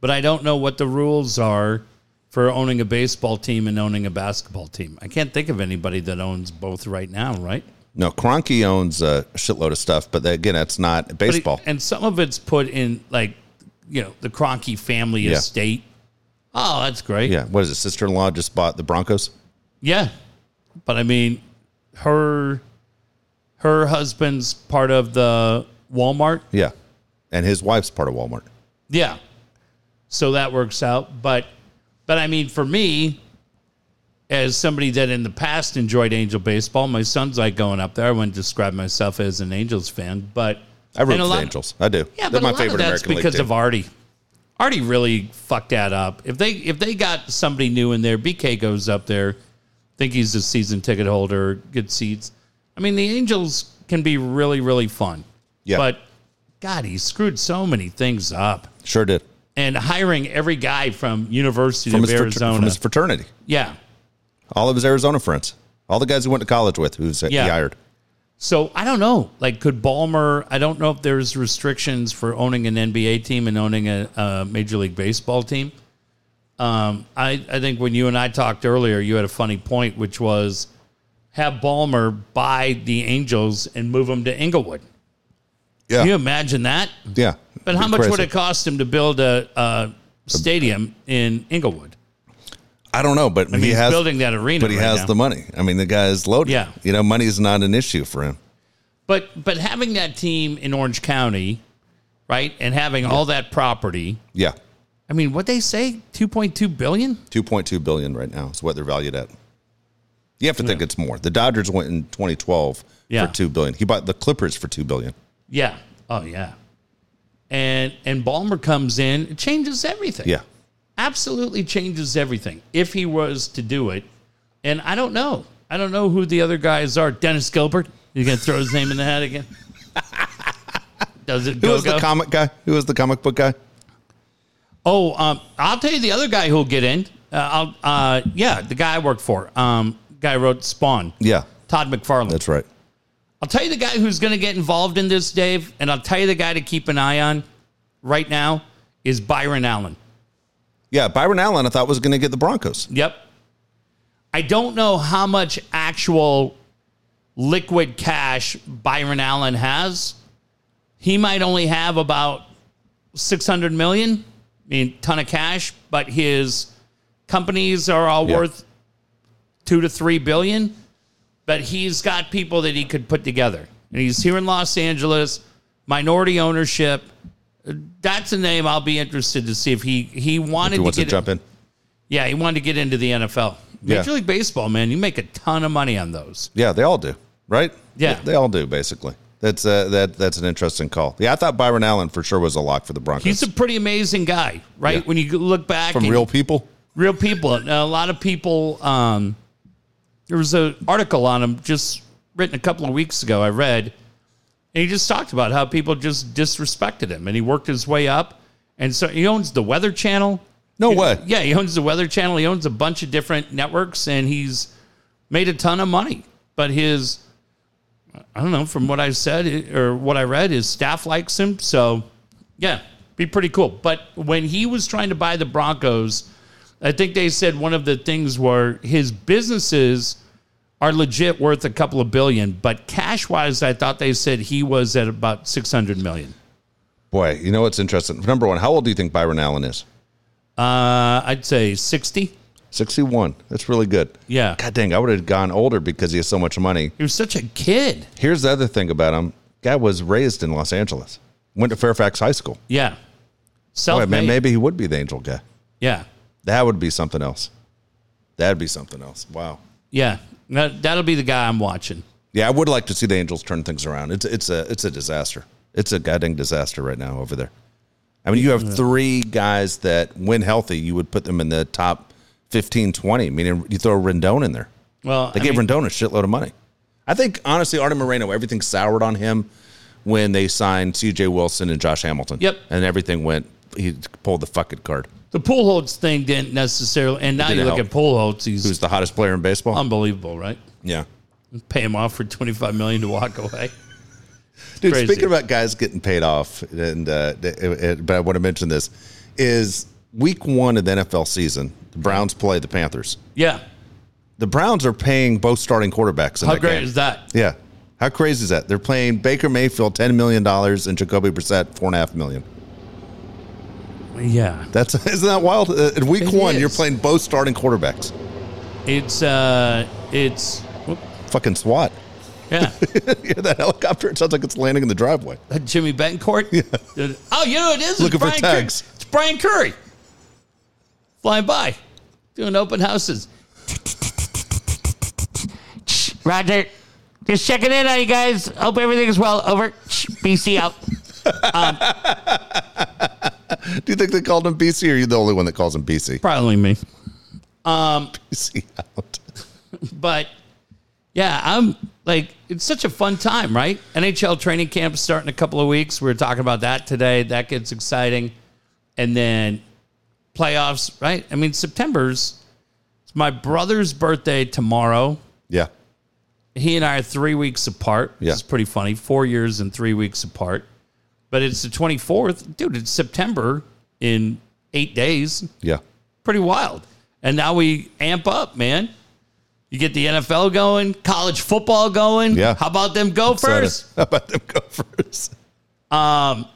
B: But I don't know what the rules are for owning a baseball team and owning a basketball team. I can't think of anybody that owns both right now, right?
A: No, Kroenke owns a shitload of stuff, but again, that's not
B: But it-
A: baseball.
B: and some of it's put in, like, you know, the Cronky family
A: Yeah.
B: estate. Oh, that's great.
A: yeah. What is it? Sister in law just bought the Broncos?
B: Yeah. But I mean, her her husband's part of the Walmart
A: Yeah. And his wife's part of Walmart.
B: Yeah. So that works out. But but I mean for me, as somebody that in the past enjoyed Angel baseball, my son's like going up there. I wouldn't describe myself as an Angels fan, but
A: I root
B: and a
A: for the
B: lot-
A: Angels. I do.
B: Yeah,
A: They're
B: but
A: my
B: a lot
A: favorite
B: of that's
A: American
B: because
A: League.
B: of
A: team.
B: Artie. Artie really fucked that up. If they if they got somebody new in there, BK goes up there. Think he's a season ticket holder, good seats. I mean, the Angels can be really really fun.
A: Yeah.
B: But God, he screwed so many things up
A: sure did.
B: and hiring every guy from University
A: From
B: of
A: his, frater-
B: Arizona.
A: from his fraternity.
B: yeah.
A: all of his Arizona friends, all the guys he went to college with, who's uh,
B: Yeah.
A: he hired.
B: So I don't know. Like, could Ballmer? I don't know if there's restrictions for owning an NBA team and owning a, a Major League Baseball team. Um, I I think when you and I talked earlier, you had a funny point, which was have Ballmer buy the Angels and move them to Inglewood.
A: Yeah,
B: Can you imagine that?
A: yeah.
B: But how
A: Be
B: much would
A: crazy.
B: it cost him to build a, a stadium in Inglewood?
A: I don't know, but
B: I mean,
A: he
B: he's
A: has,
B: building that arena,
A: but he
B: right
A: has
B: now.
A: the money. I mean, the guy is loaded.
B: Yeah.
A: you know, money is not an issue for him.
B: But but having that team in Orange County, right, and having all that property,
A: Yeah,
B: I mean, what they say, two point two billion.
A: two point two billion right now is what they're valued at. You have to think it's more. The Dodgers went in twenty twelve
B: Yeah.
A: for two billion. He bought the Clippers for two billion.
B: Yeah. Oh yeah. And and Ballmer comes in, it changes everything.
A: Yeah,
B: Absolutely changes everything if he was to do it. And I don't know. I don't know who the other guys are. Dennis Gilbert. You gonna throw his name in the hat again? Does it
A: Who
B: go
A: was the comic guy? Who was the comic book guy?
B: Oh, um, I'll tell you the other guy who'll get in. Uh, I'll, uh, yeah, the guy I worked for. Um, guy wrote Spawn.
A: Yeah,
B: Todd McFarlane.
A: that's right.
B: I'll tell you the guy who's going to get involved in this, Dave, and I'll tell you the guy to keep an eye on right now is Byron Allen.
A: Yeah, Byron Allen, I thought was going to get the Broncos.
B: Yep. I don't know how much actual liquid cash Byron Allen has. He might only have about 600 million, I mean, ton of cash, but his companies are all
A: Yeah.
B: worth 2 to 3 billion, but he's got people that he could put together. And he's here in Los Angeles, minority ownership. That's a name I'll be interested to see if he he wanted
A: He wants
B: to
A: to
B: get
A: jump in.
B: yeah, he wanted to get into the NFL.
A: Yeah.
B: Major League Baseball, man, you make a ton of money on those.
A: Yeah, they all do, right?
B: Yeah.
A: they, they all do basically. That's uh, that that's an interesting call. Yeah, I thought Byron Allen for sure was a lock for the Broncos.
B: He's a pretty amazing guy, right?
A: Yeah.
B: When you look back
A: from
B: and-
A: real people.
B: real people, and a lot of people. Um, there was an article on him just written a couple of weeks ago. I read, and he just talked about how people just disrespected him, and he worked his way up, and so he owns the Weather Channel.
A: No way.
B: Yeah, he owns the Weather Channel. He owns a bunch of different networks, and he's made a ton of money. But his, I don't know, from what I said it- or what I read, his staff likes him. So, yeah, be pretty cool. But when he was trying to buy the Broncos, I think they said one of the things were his businesses are legit worth a couple of billion, but cash wise, I thought they said he was at about six hundred million.
A: Boy, you know what's interesting? Number one, how old do you think Byron Allen is?
B: Uh, I'd say sixty.
A: Sixty-one. That's really good.
B: Yeah,
A: God dang, I would have gone older because he has so much money.
B: he was such a kid.
A: Here's the other thing about him: guy was raised in Los Angeles, went to Fairfax High School.
B: Yeah,
A: Boy,
B: self
A: man,
B: made.
A: maybe he would be the angel guy.
B: Yeah,
A: That would be something else. That'd be something else. Wow.
B: yeah. That, that'll be the guy I'm watching.
A: Yeah, I would like to see the Angels turn things around. It's it's a it's a disaster. It's a goddamn disaster right now over there. I mean, you have three guys that, when healthy, you would put them in the top 15, 20, meaning you throw Rendon in there.
B: Well,
A: They
B: I
A: gave
B: mean,
A: Rendon a shitload of money. I think, honestly, Artie Moreno, everything soured on him when they signed CJ Wilson and Josh Hamilton.
B: Yep.
A: And everything went, he pulled the fucking card.
B: the Pujols thing didn't necessarily. And now you
A: didn't
B: look
A: help.
B: at Pujols; he's
A: Who's the hottest player in baseball?
B: Um, unbelievable, right?
A: yeah.
B: Pay him off for twenty five million to walk away.
A: Dude,
B: Crazy.
A: speaking about guys getting paid off, and uh, th- it- it- but I want to mention this is week one of the NFL season. The Browns play the Panthers.
B: Yeah,
A: The Browns are paying both starting quarterbacks. In
B: how
A: that
B: great
A: game.
B: is that?
A: Yeah, how crazy is that? They're playing Baker Mayfield ten million dollars and Jacoby Brissett four and a half million.
B: Yeah,
A: That's isn't that wild? Uh, in week
B: It
A: one, you're
B: is.
A: playing both starting quarterbacks.
B: It's uh, it's whoop,
A: Fucking SWAT.
B: yeah.
A: you hear that helicopter? It sounds like it's landing in the driveway.
B: That Jimmy Betancourt. Oh, you know what it is.
A: Looking for
B: Brian
A: tags.
B: Curry. It's Brian Curry flying by, doing open houses. Roger, just checking in on you guys. Hope everything is well. Over. BC out.
A: Do you think they called him BC? Or are you the only one that calls him BC?
B: Probably me,
A: BC out.
B: but yeah, I'm like it's such a fun time, right? NHL training camp is starting in a couple of weeks. We were talking about that today. That gets exciting. and then playoffs, right? I mean, September's it's my brother's birthday tomorrow.
A: Yeah.
B: He and I are three weeks apart.
A: Yeah.
B: This is pretty funny. Four years and three weeks apart. But it's the 24th. Dude, it's September in eight days.
A: Yeah.
B: Pretty wild. And now we amp up, man. You get the NFL going, college football going.
A: Yeah.
B: How about them go first?
A: How about them go first?
B: God,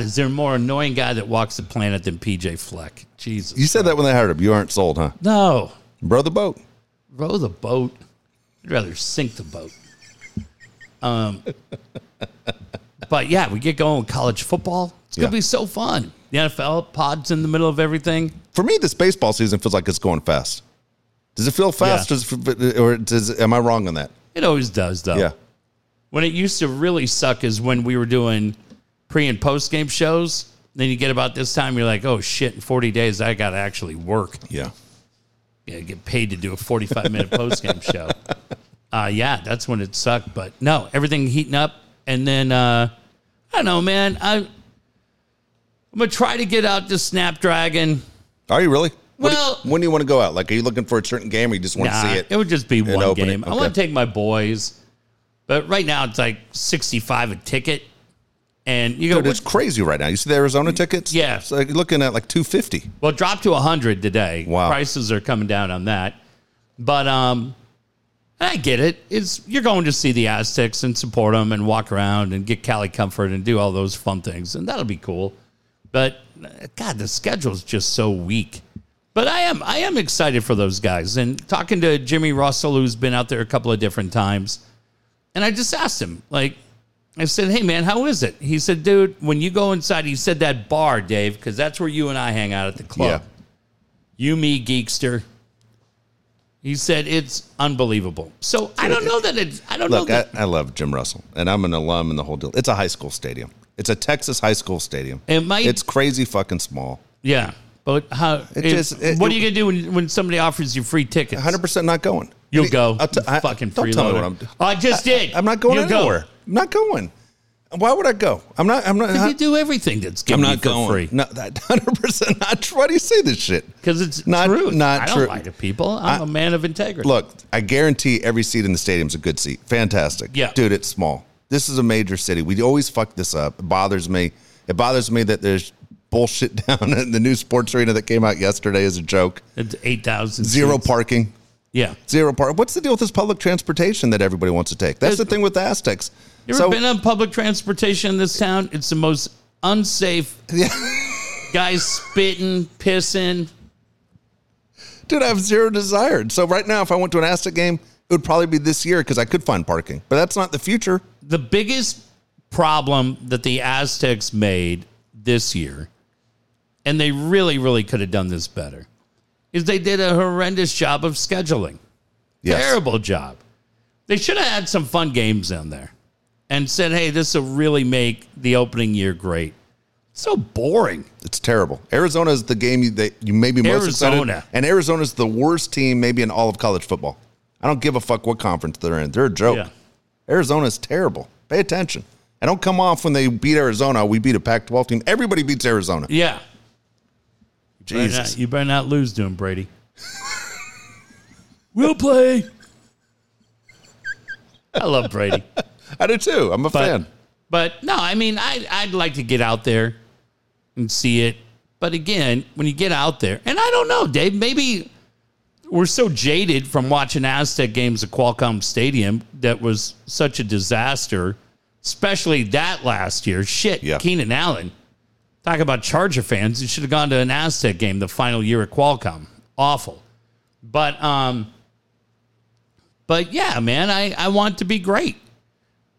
B: is there a more annoying guy that walks the planet than PJ Fleck? Jesus.
A: You said that when they hired him. You aren't sold, huh?
B: no.
A: Row the boat.
B: row the boat. I'd rather sink the boat. Um, but yeah, we get going with college football. It's gonna
A: Yeah.
B: be so fun. The NFL pods in the middle of everything.
A: For me, this baseball season feels like it's going fast. Does it feel fast,
B: Yeah.
A: Does it- or does? Am I wrong on that?
B: It always does though.
A: Yeah,
B: When it used to really suck is when we were doing pre and post game shows. Then you get about this time, you're like, oh shit, in 40 days, I got to actually work.
A: yeah.
B: you know, get paid to do a 45 minute post game show. Uh, yeah, that's when it sucked. But no, everything heating up. And then uh, I don't know, man. I I'm gonna try to get out this Snapdragon.
A: Are you really? What do you-
B: Well-
A: when do you want to go out? Like, are you looking for a certain game, or you just want
B: Nah,
A: to see
B: it.
A: it?
B: would just be one
A: open it.
B: game. I
A: Okay.
B: want to take my boys, but right now it's like sixty five a ticket, and you go.
A: Dude, it's crazy right now. You see the Arizona tickets?
B: Yeah.
A: It's like looking at like two fifty.
B: Well, it dropped to 100 today.
A: Wow.
B: Prices are coming down on that. But um I get it. It's you're going to see the Aztecs and support them and walk around and get Cali comfort and do all those fun things and that'll be cool. But uh, god, the schedule's just so weak. But I am I am excited for those guys and talking to Jimmy Russell who's been out there a couple of different times. And I just asked him, like, I said, hey, man, how is it? He said, dude, when you go inside, he said that bar, Dave, because that's where you and I hang out at the club.
A: Yeah.
B: You, me, geekster. He said, it's unbelievable. So I don't know that it's, I don't
A: Look,
B: know
A: I,
B: that.
A: I love Jim Russell, and I'm an alum and the whole deal. It's a high school stadium. It's a Texas high school stadium.
B: It might-
A: It's crazy fucking small.
B: yeah. But how,
A: It
B: it-
A: just- it-
B: what are you going to do when, when somebody offers you free tickets?
A: 100 percent not going.
B: You'll go.
A: I'll t-
B: you
A: I-
B: fucking
A: don't tell me what
B: freeloader.
A: I'm doing.
B: I just did.
A: I'm not going
B: You'll go.
A: anywhere. I'm not going. Why would I go? I'm not. I'm not.
B: You do everything that's
A: I'm
B: given
A: not
B: you for
A: going.
B: free.
A: No, that 100 percent not true. Why do you say this shit?
B: Because it's
A: Not-
B: true.
A: not
B: I don't
A: true.
B: lie to people. I'm I, am a man of integrity.
A: Look, I guarantee every seat in the stadium's a good seat. Fantastic.
B: Yeah.
A: dude, it's small. This is a major city. We always fuck this up. It bothers me. It bothers me that there's bullshit down in the new sports arena that came out yesterday as a joke.
B: it's eight thousand
A: Zero parking.
B: Yeah.
A: Zero park. What's the deal with this public transportation that everybody wants to take? That's the thing with the Aztecs.
B: You ever been on public transportation in this town? It's the most unsafe. Guys spitting, pissing.
A: dude, I have zero desire. So right now, if I went to an Aztec game, it would probably be this year because I could find parking. But that's not the future.
B: The biggest problem that the Aztecs made this year, and they really, really could have done this better, is they did a horrendous job of scheduling.
A: Yes.
B: Terrible job. They should have had some fun games in there and said, hey, this will really make the opening year great. So boring.
A: It's terrible. Arizona is the game you, that you may be most
B: Arizona.
A: excited. And Arizona is the worst team maybe in all of college football. I don't give a fuck what conference they're in. They're a joke.
B: Yeah.
A: Arizona is terrible. Pay attention. And don't come off when they beat Arizona. We beat a Pac-12 team. Everybody beats Arizona.
B: Yeah. Better
A: Jesus.
B: not- you better not lose to him, Brady. we'll play. I love Brady.
A: I do too. I'm a
B: But,
A: fan.
B: but no, I mean, I, I'd like to get out there and see it. But again, when you get out there, and I don't know, Dave, maybe we're so jaded from watching Aztec games at Qualcomm Stadium that was such a disaster, especially that last year. Shit,
A: Yeah.
B: Keenan Allen. Talk about Charger fans. You should have gone to an Aztec game the final year at Qualcomm. Awful. But um but yeah, man, I, I want to be great.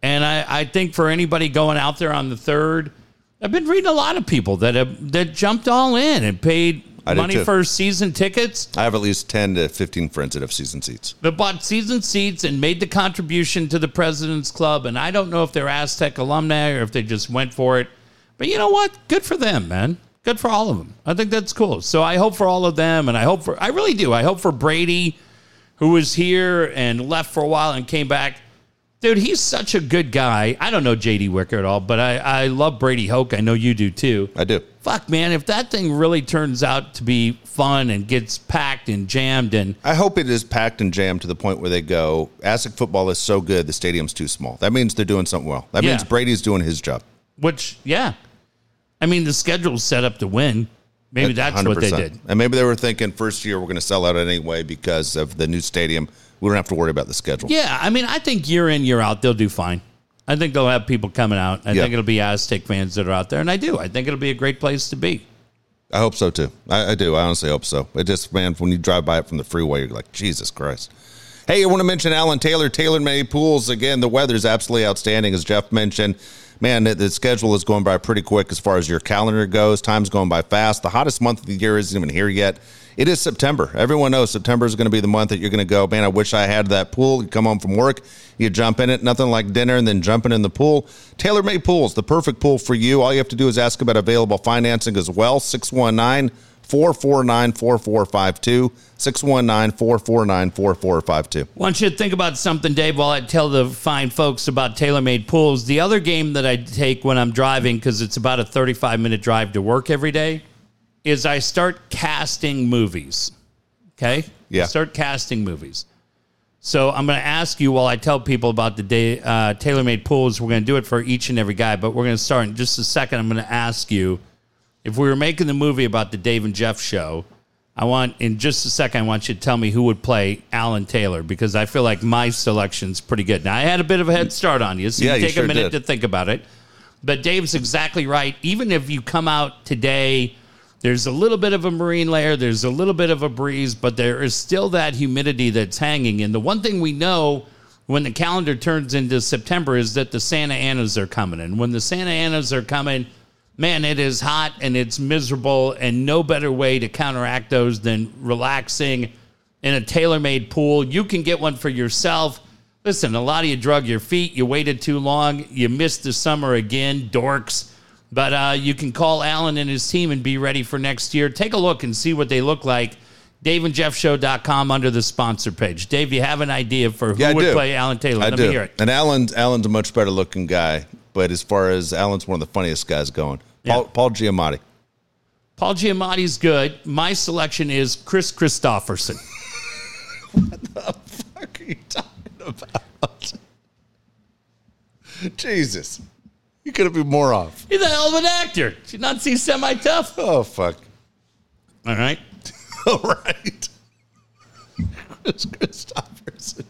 B: And I, I think for anybody going out there on the third, I've been reading a lot of people that have that jumped all in and paid
A: I did
B: money
A: too.
B: for season tickets
A: I have at least 10 to 15 friends that have season seats.
B: that bought season seats and made the contribution to the President's Club. And I don't know if they're Aztec alumni or if they just went for it. But you know what? Good for them, man. Good for all of them. I think that's cool. So I hope for all of them. And I hope for, I really do. I hope for Brady, who was here and left for a while and came back. Dude, he's such a good guy. I don't know JD Wicker at all, but I, I love Brady Hoke. I know you do too
A: I do.
B: fuck man if that thing really turns out to be fun and gets packed and jammed and
A: I hope it is packed and jammed to the point where they go, Aztec football is so good, the stadium's too small. That means they're doing something well. That
B: Yeah.
A: means Brady's doing his job.
B: which yeah i mean the schedule's set up to win maybe that's what they
A: 100%.
B: did
A: And maybe they were thinking first year we're going to sell out anyway because of the new stadium. We don't have to worry about the schedule.
B: yeah i mean i think year in year out they'll do fine i think they'll have people coming out i
A: Yeah.
B: think it'll be aztec fans that are out there and i do i think it'll be a great place to be
A: I hope so too. I, I do. I honestly hope so. It just, man, when you drive by it from the freeway, you're like, Jesus Christ. Hey, I want to mention Alan Taylor, Taylor May Pools. Again, the weather's absolutely outstanding, as Jeff mentioned. Man, the, the schedule is going by pretty quick as far as your calendar goes. Time's going by fast. The hottest month of the year isn't even here yet. It is September. Everyone knows September is going to be the month that you're going to go, man, I wish I had that pool. You come home from work, you jump in it, nothing like dinner, and then jumping in the pool. Taylor May Pools, the perfect pool for you. All you have to do is ask about available financing as well. 619- 449 4452. 619 449 4452.
B: Want you to think about something, Dave, while I tell the fine folks about TaylorMade Pools. The other game that I take when I'm driving, because it's about a 35 minute drive to work every day, is I start casting movies. Okay?
A: Yeah.
B: Start casting movies. So I'm going to ask you while I tell people about the day, uh, TaylorMade Pools, we're going to do it for each and every guy, but we're going to start in just a second. I'm going to ask you if we were making the movie about the Dave and Jeff show, I want in just a second. I want you to tell me who would play Alan Taylor because I feel like my selection's pretty good. Now I had a bit of a head start on you, so
A: Yeah,
B: you
A: you
B: take
A: sure
B: a minute
A: did.
B: to think about it. But Dave's exactly right. Even if you come out today, there's a little bit of a marine layer, there's a little bit of a breeze, but there is still that humidity that's hanging. And the one thing we know when the calendar turns into September is that the Santa Anas are coming. And when the Santa Anas are coming, man, it is hot and it's miserable, and no better way to counteract those than relaxing in a tailor-made pool. You can get one for yourself. Listen, a lot of you drug your feet. You waited too long. You missed the summer again, dorks. But uh, you can call Alan and his team and be ready for next year. Take a look and see what they look like. DaveandJeffShow.com under the sponsor page. Dave, you have an idea for who
A: Yeah, I
B: would
A: do.
B: play Alan Taylor.
A: I
B: Let
A: do.
B: me hear it.
A: And Alan, Alan's a much better looking guy, but as far as Alan's one of the funniest guys going, Paul, Paul Giamatti.
B: Paul Giamatti's good. My selection is Chris Christopherson.
A: fuck are you talking about? Jesus. You could have been more off.
B: He's a hell of an actor. Did you not see Semi Tough?
A: Oh, fuck.
B: All right.
A: All right. Chris Christopherson.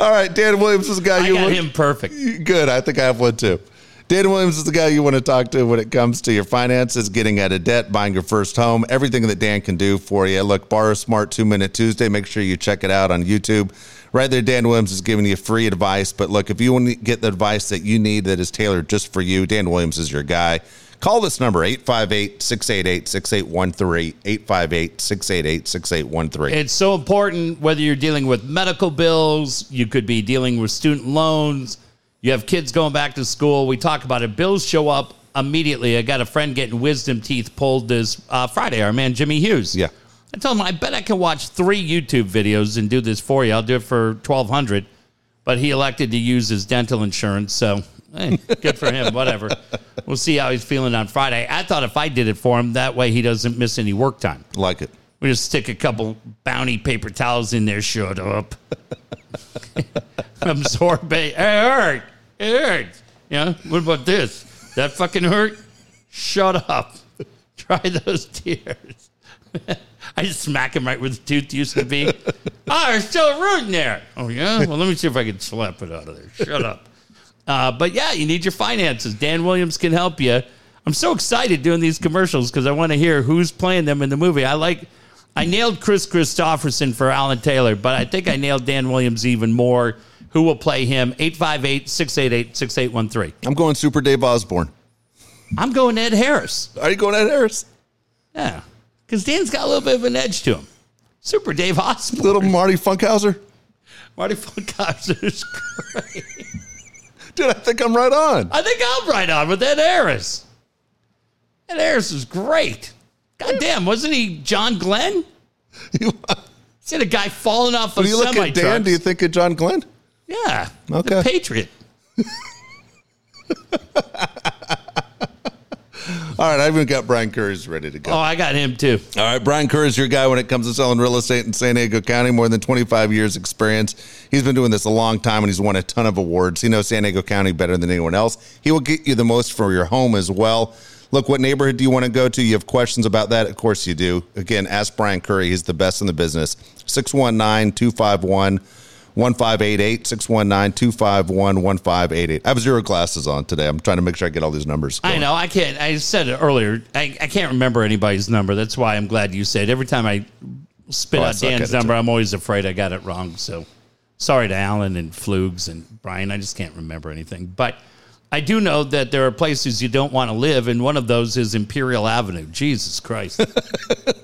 A: All right, Dan Williams is the guy
B: I
A: you
B: got
A: want.
B: him perfect.
A: Good. I think I have one too. Dan Williams is the guy you want to talk to when it comes to your finances, getting out of debt, buying your first home, everything that Dan can do for you. Look, Borrow Smart Two Minute Tuesday. Make sure you check it out on YouTube. Right there, Dan Williams is giving you free advice. But look, if you want to get the advice that you need that is tailored just for you, Dan Williams is your guy. Call this number, 858 688 6813. 858 688 6813.
B: It's so important whether you're dealing with medical bills, you could be dealing with student loans, you have kids going back to school. We talk about it. Bills show up immediately. I got a friend getting wisdom teeth pulled this uh, Friday, our man Jimmy Hughes.
A: Yeah.
B: I told him, I bet I can watch three YouTube videos and do this for you. I'll do it for 1200 But he elected to use his dental insurance. So eh, good for him. Whatever. We'll see how he's feeling on Friday. I thought if I did it for him, that way he doesn't miss any work time.
A: Like it.
B: We just stick a couple bounty paper towels in there. Shut up. Absorb it. It hurt. It hurt. Yeah. What about this? That fucking hurt? Shut up. Try those tears. I just smack him right where the tooth used to be. oh, there's still a root in there. Oh, yeah? Well, let me see if I can slap it out of there. Shut up. Uh, but yeah, you need your finances. Dan Williams can help you. I'm so excited doing these commercials because I want to hear who's playing them in the movie. I like, I nailed Chris Christopherson for Alan Taylor, but I think I nailed Dan Williams even more. Who will play him? 858 688 6813.
A: I'm going Super Dave Osborne.
B: I'm going Ed Harris.
A: Are you going at Harris?
B: Yeah. Because Dan's got a little bit of an edge to him. Super Dave Osborne.
A: Little Marty Funkhauser?
B: Marty Funkhauser's great.
A: Dude, I think I'm right on.
B: I think I'm right on with Ed Harris. Ed Harris is great. God damn, wasn't he John Glenn?
A: You,
B: He had a guy falling off
A: when
B: a
A: you look
B: semi
A: at Dan,
B: truck.
A: do you think of John Glenn?
B: Yeah,
A: Okay.
B: the Patriot.
A: All right, I even got Brian Curry's ready to go.
B: Oh, I got him too.
A: All right, Brian Kerr is your guy when it comes to selling real estate in San Diego County. More than 25 years experience. He's been doing this a long time and he's won a ton of awards. He knows San Diego County better than anyone else. He will get you the most for your home as well. Look, what neighborhood do you want to go to? You have questions about that? Of course you do. Again, ask Brian Curry. He's the best in the business. 619 251 1588. 619 251 1588. I have zero glasses on today. I'm trying to make sure I get all these numbers.
B: I
A: going.
B: know. I can't. I said it earlier. I, I can't remember anybody's number. That's why I'm glad you said. it. Every time I spit
A: Oh, I
B: out
A: suck
B: Dan's
A: at it,
B: number, I'm always afraid I got it wrong. So sorry to Alan and Flugs and Brian. I just can't remember anything. But I do know that there are places you don't want to live, and one of those is Imperial Avenue. Jesus Christ!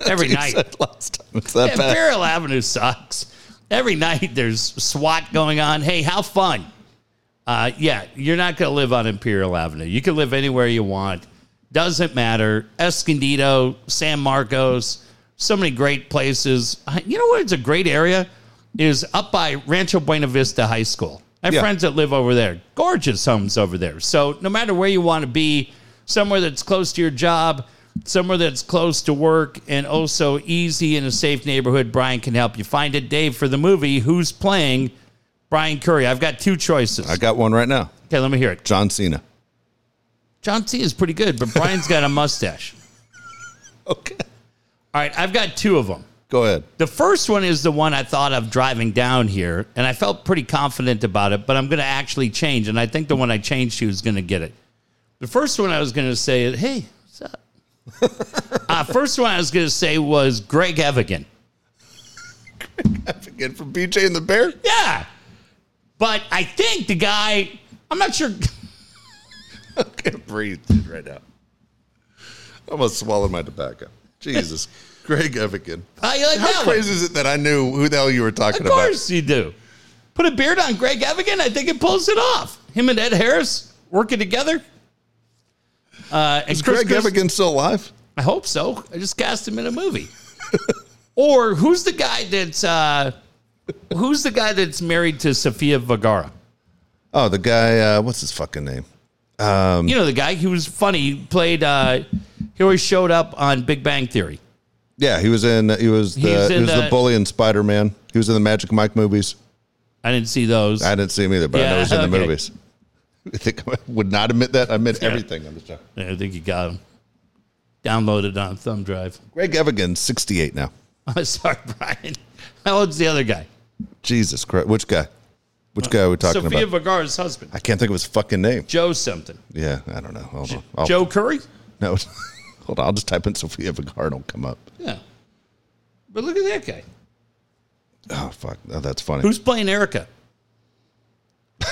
B: Every night,
A: Last time. It's that bad.
B: Imperial Avenue sucks. Every night there's SWAT going on. Hey, how fun? Uh, yeah, you're not going to live on Imperial Avenue. You can live anywhere you want. Doesn't matter. Escondido, San Marcos, so many great places. I- You know what? It's a great area. Is up by Rancho Buena Vista High School. I have
A: Yeah.
B: friends that live over there. Gorgeous homes over there. So no matter where you want to be, somewhere that's close to your job, somewhere that's close to work, and also easy in a safe neighborhood, Brian can help you find it. Dave, for the movie, who's playing Brian Curry? I've got two choices.
A: I got one right now.
B: Okay, let me hear it.
A: John Cena.
B: John C is pretty good, but Brian's got a mustache.
A: Okay.
B: All right, I've got two of them.
A: Go ahead.
B: The first one is the one I thought of driving down here, and I felt pretty confident about it, but I'm going to actually change, and I think the one I changed to is going to get it. The first one I was going to say is, hey, what's up? uh, first one I was going to say was Greg Evigan.
A: Again from BJ and the Bear.
B: Yeah. But I think the guy, I'm not sure.
A: Okay, breathe dude, right now. I almost swallowed my tobacco. Jesus. Greg Evigan.
B: How you like
A: How
B: that one?
A: crazy is it that I knew who the hell you were talking
B: Of course you do. Put a beard on Greg Evigan. I think it pulls it off. Him and Ed Harris working together. Uh, and
A: about?
B: Chris
A: Greg
B: Christ-
A: Evigan still alive?
B: I hope so. I just cast him in a movie. or who's the guy that's uh, who's the guy that's married to Sofia Vergara?
A: Oh, the guy, uh, what's his fucking name?
B: You know the guy who was funny. He played. Uh, he always showed up on Big Bang Theory.
A: Yeah, he was in he was the
B: He's in
A: he was
B: the-
A: the bully in Spider Man. He was in the Magic Mike movies.
B: I didn't see those.
A: I didn't see him either, but I know
B: Yeah,
A: he was in the
B: okay.
A: movies. I think I would not admit that. I admit
B: Yeah.
A: everything on this show.
B: I think you got him downloaded on a thumb drive.
A: Greg Evigan, sixty eight now.
B: I'm sorry, Brian. How old's the other guy?
A: Jesus Christ. Which guy? Which guy are we talking
B: Sophia
A: about?
B: Vergara's husband,
A: I can't think of his fucking name.
B: Joe something.
A: Yeah, I don't know. Hold on. I'll,
B: Joe Curry.
A: No, hold on. I'll just type in Sophia Vergara. It'll come up.
B: Yeah, but look at that guy.
A: Oh fuck, oh, that's funny.
B: Who's playing Erica?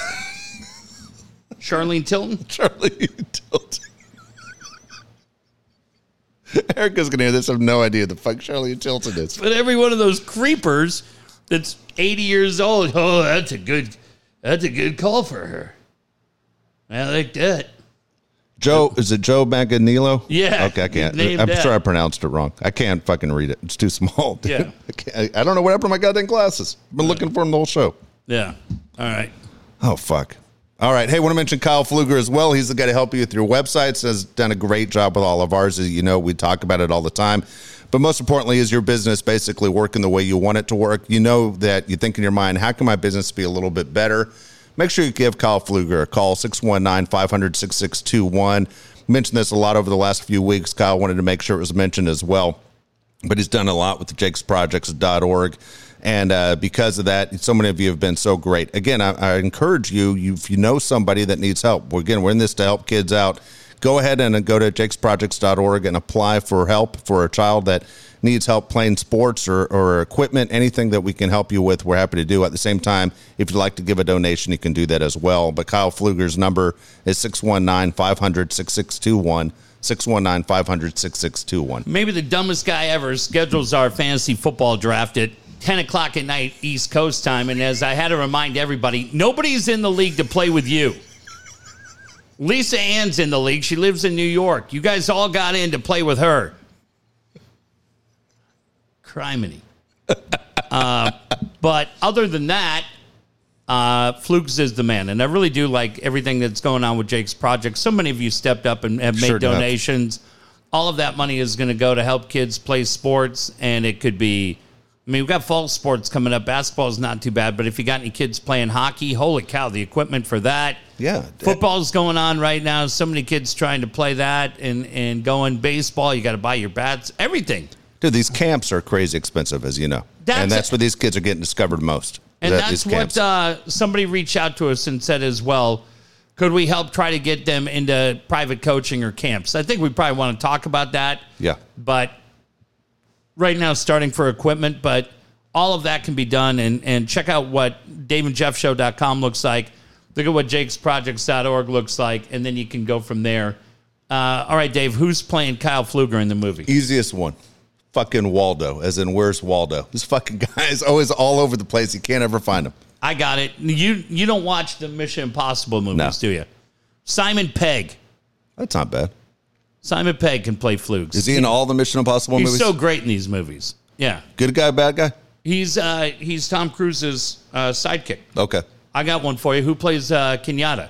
B: Charlene Tilton.
A: Charlie Tilton? Erica's gonna hear this. I have no idea who the fuck Charlie Tilton is.
B: But every one of those creepers that's 80 years old. Oh, that's a good. That's a good call for her. I like that.
A: Joe is it Joe Manganilo?
B: Yeah,
A: Okay, I can't.
B: you named
A: I'm
B: that.
A: sure I pronounced it wrong. I can't fucking read it. It's too small. dude.
B: Yeah. Uh,
A: I, can't, I don't know what happened to my goddamn glasses. I've been looking for them the whole show.
B: Yeah. All right.
A: Oh fuck. All right. Hey, want to mention Kyle Pfluger as well. He's the guy to help you with your websites. Has done a great job with all of ours. As you know, we talk about it all the time. But most importantly, is your business basically working the way you want it to work? You know that you think in your mind, how can my business be a little bit better? Make sure you give Kyle Pfluger a call, 619 500 6621. Mentioned this a lot over the last few weeks. Kyle wanted to make sure it was mentioned as well but he's done a lot with the jakesprojects.org and uh, because of that so many of you have been so great again i, I encourage you, you if you know somebody that needs help well, again we're in this to help kids out go ahead and uh, go to jakesprojects.org and apply for help for a child that needs help playing sports or, or equipment anything that we can help you with we're happy to do at the same time if you'd like to give a donation you can do that as well but kyle pfluger's number is 619-500-6621 619-500-6621
B: Maybe the dumbest guy ever schedules our fantasy football draft at 10 o'clock at night, East Coast time. And as I had to remind everybody, nobody's in the league to play with you. Lisa Ann's in the league. She lives in New York. You guys all got in to play with her. Criminy. Uh, but other than that, uh, Flukes is the man. And I really do like everything that's going on with Jake's project. So many of you stepped up and have made
A: Sure enough.
B: donations. All of that money is going to go to help kids play sports. And it could be, I mean, we've got fall sports coming up. Basketball's not too bad. But if you got any kids playing hockey, holy cow, the equipment for that.
A: Yeah.
B: Football's going on right now. So many kids trying to play that and, and going baseball. You got to buy your bats, everything.
A: Dude, these camps are crazy expensive, as you know.
B: That's-
A: and that's where these kids are getting discovered most. is
B: And
A: at
B: that's
A: these
B: what
A: camps.
B: uh, somebody reached out to us and said as well. Could we help try to get them into private coaching or camps? I think we probably want to talk about that.
A: yeah.
B: But right now, starting for equipment, but all of that can be done. And, and check out what DaveandJeffShow.com looks like. Look at what Jake'sProjects.org looks like, and then you can go from there. Uh, all right, Dave, who's playing Kyle Pfluger in the movie?
A: Easiest one. Fucking Waldo, as in where's Waldo? This fucking guy is always all over the place. You can't ever find him.
B: I got it. You you don't watch the Mission Impossible movies,
A: No.
B: do you? Simon Pegg.
A: That's not bad.
B: Simon Pegg can play Flukes.
A: Is he in all the Mission Impossible
B: He's
A: movies?
B: so great in these movies. Yeah,
A: Good guy, bad guy?
B: he's uh, he's Tom Cruise's uh, sidekick.
A: Okay.
B: I got one for you. Who plays uh, Kenyatta?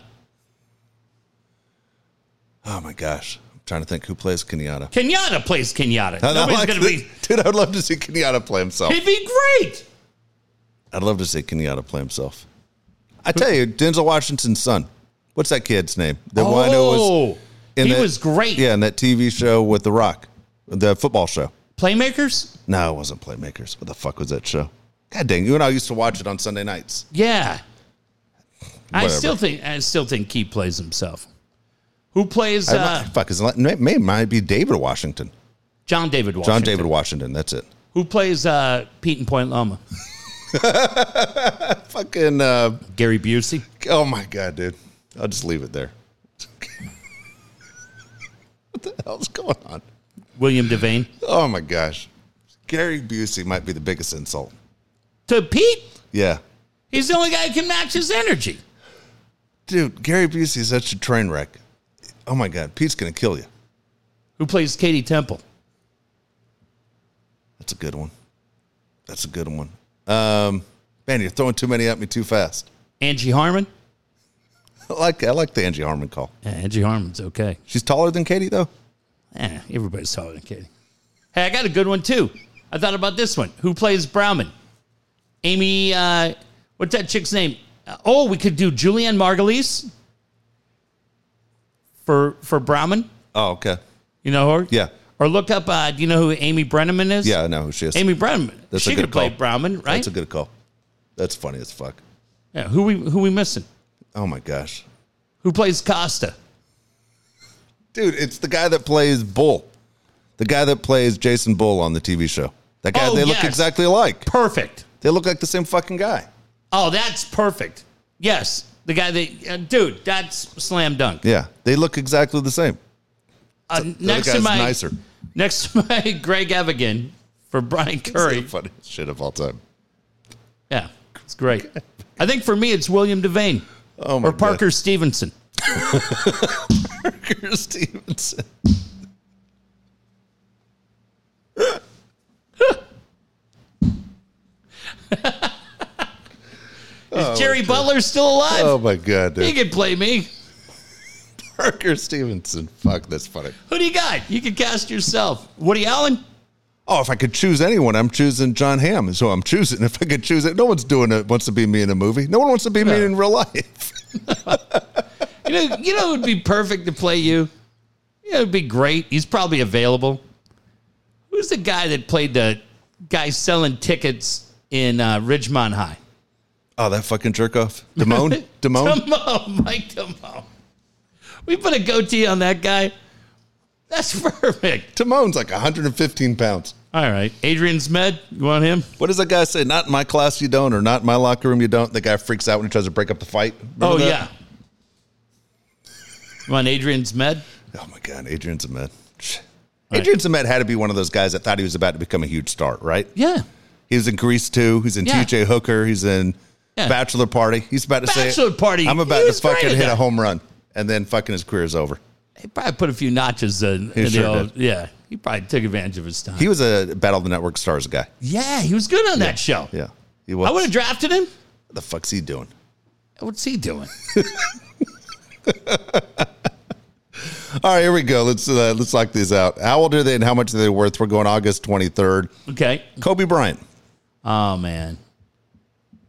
A: Oh my gosh. I'm trying to think who plays Kenyatta.
B: Kenyatta plays Kenyatta.
A: I
B: Nobody's
A: like
B: gonna
A: this-
B: be.
A: Dude, I'd love to see Kenyatta play himself.
B: He'd be great.
A: I'd love to see Kenyatta play himself. I tell you, Denzel Washington's son. What's that kid's name? The one who was
B: Oh, he
A: that-
B: was great.
A: Yeah, in that TV show with The Rock, the football show.
B: Playmakers.
A: No, it wasn't Playmakers. What the fuck was that show? God dang, you and I used to watch it on Sunday nights.
B: Yeah. I
A: Whatever.
B: still think I still think he plays himself. Who plays
A: I-
B: uh,
A: fuck, is it, may, may might be David Washington.
B: John David
A: John
B: Washington?
A: David Washington. That's it.
B: Who plays uh, Pete and Point Loma?
A: Fucking. Uh,
B: Gary Busey.
A: oh my god, dude. I'll just leave it there. what the hell's going on?
B: William Devane.
A: Oh my gosh, Gary Busey might be the biggest insult.
B: To Pete,
A: Yeah,
B: he's the only guy who can match his energy.
A: dude, Gary Busey is such a train wreck. Oh my god, Pete's gonna kill you.
B: Who plays Katie Temple?
A: That's a good one. That's a good one. Um, man, you're throwing too many at me too fast.
B: Angie Harmon.
A: I like I like the Angie Harmon call.
B: Yeah, Angie Harmon's okay.
A: She's taller than Katie though.
B: Eh, everybody's taller than Katie. Hey, I got a good one too. I thought about this one. Who plays Browman? Amy. Uh, what's that chick's name? Uh, oh, we could do Julianne Margulies for for Browman.
A: Oh, okay.
B: You know her?
A: Yeah.
B: Or look up. Uh, do you know who Amy Brenneman is?
A: Yeah, I know who she is.
B: Amy Brenneman.
A: That's
B: she
A: a good
B: could play
A: call.
B: Browman, right?
A: That's a good call. That's funny as fuck.
B: yeah. Who we who we missing?
A: Oh my gosh.
B: Who plays Costa?
A: Dude, it's the guy that plays Bull. The guy that plays Jason Bull on the TV show. That guy
B: Oh,
A: they look
B: yes.
A: exactly alike.
B: Perfect.
A: They look like the same fucking guy.
B: Oh, that's perfect. Yes, the guy that uh, dude. That's slam dunk.
A: Yeah. They look exactly the same.
B: Uh, next to
A: guy's
B: my
A: nicer.
B: next to my Greg Evigan for Brian
A: It's
B: Curry.
A: the funniest shit of all time.
B: Yeah, it's great. I think for me, it's William Devane
A: Oh my
B: or Parker Stevenson.
A: Parker Stevenson.
B: Is Jerry Butler still alive?
A: Oh my god,
B: He
A: dude.
B: could play me.
A: Parker Stevenson. Fuck, that's funny.
B: Who do you got? You could cast yourself. Woody Allen.
A: Oh, if I could choose anyone, I'm choosing John Hamm. Is who I'm choosing. If I could choose it, no one's doing it. Wants to be me in a movie. No one wants to be me
B: Yeah.
A: in real life.
B: You know, you know, it would be perfect to play you. Yeah, it'd be great. He's probably available. Who's the guy that played the guy selling tickets in uh, Ridgemont High?
A: Oh, that fucking jerk off, Damone. Damone.
B: Demone, Mike Demone. We put a goatee on that guy. That's perfect.
A: Damone's like 115 pounds.
B: All right, Adrian's med. You want him?
A: What does that guy say? Not in my class, you don't, or not in my locker room, you don't. The guy freaks out when he tries to break up the fight.
B: oh
A: Remember that?
B: yeah. You want Adrian's med?
A: Oh my god, Adrian Zemed. Adrian Zemed had to be one of those guys that thought he was about to become a huge star, right?
B: Yeah.
A: He was in Grease 2. He's in
B: Yeah.
A: TJ Hooker. He's in
B: Yeah.
A: Bachelor Party. He's about to say,
B: Bachelor Party.
A: I'm
B: He
A: about to
B: was great
A: fucking
B: at
A: hit
B: that.
A: a home run. And then fucking his career is over.
B: He probably put a few notches in,
A: He
B: in
A: sure
B: the old. Yeah. He probably took advantage of his time.
A: He was a Battle of the Network Stars guy.
B: yeah, he was good on that show.
A: Yeah. He
B: I would
A: was.
B: have drafted him.
A: what the fuck's he doing?
B: What's he doing?
A: All right, here we go. Let's uh, let's lock these out. How old are they and how much are they worth? We're going August 23rd.
B: Okay.
A: Kobe Bryant.
B: Oh man.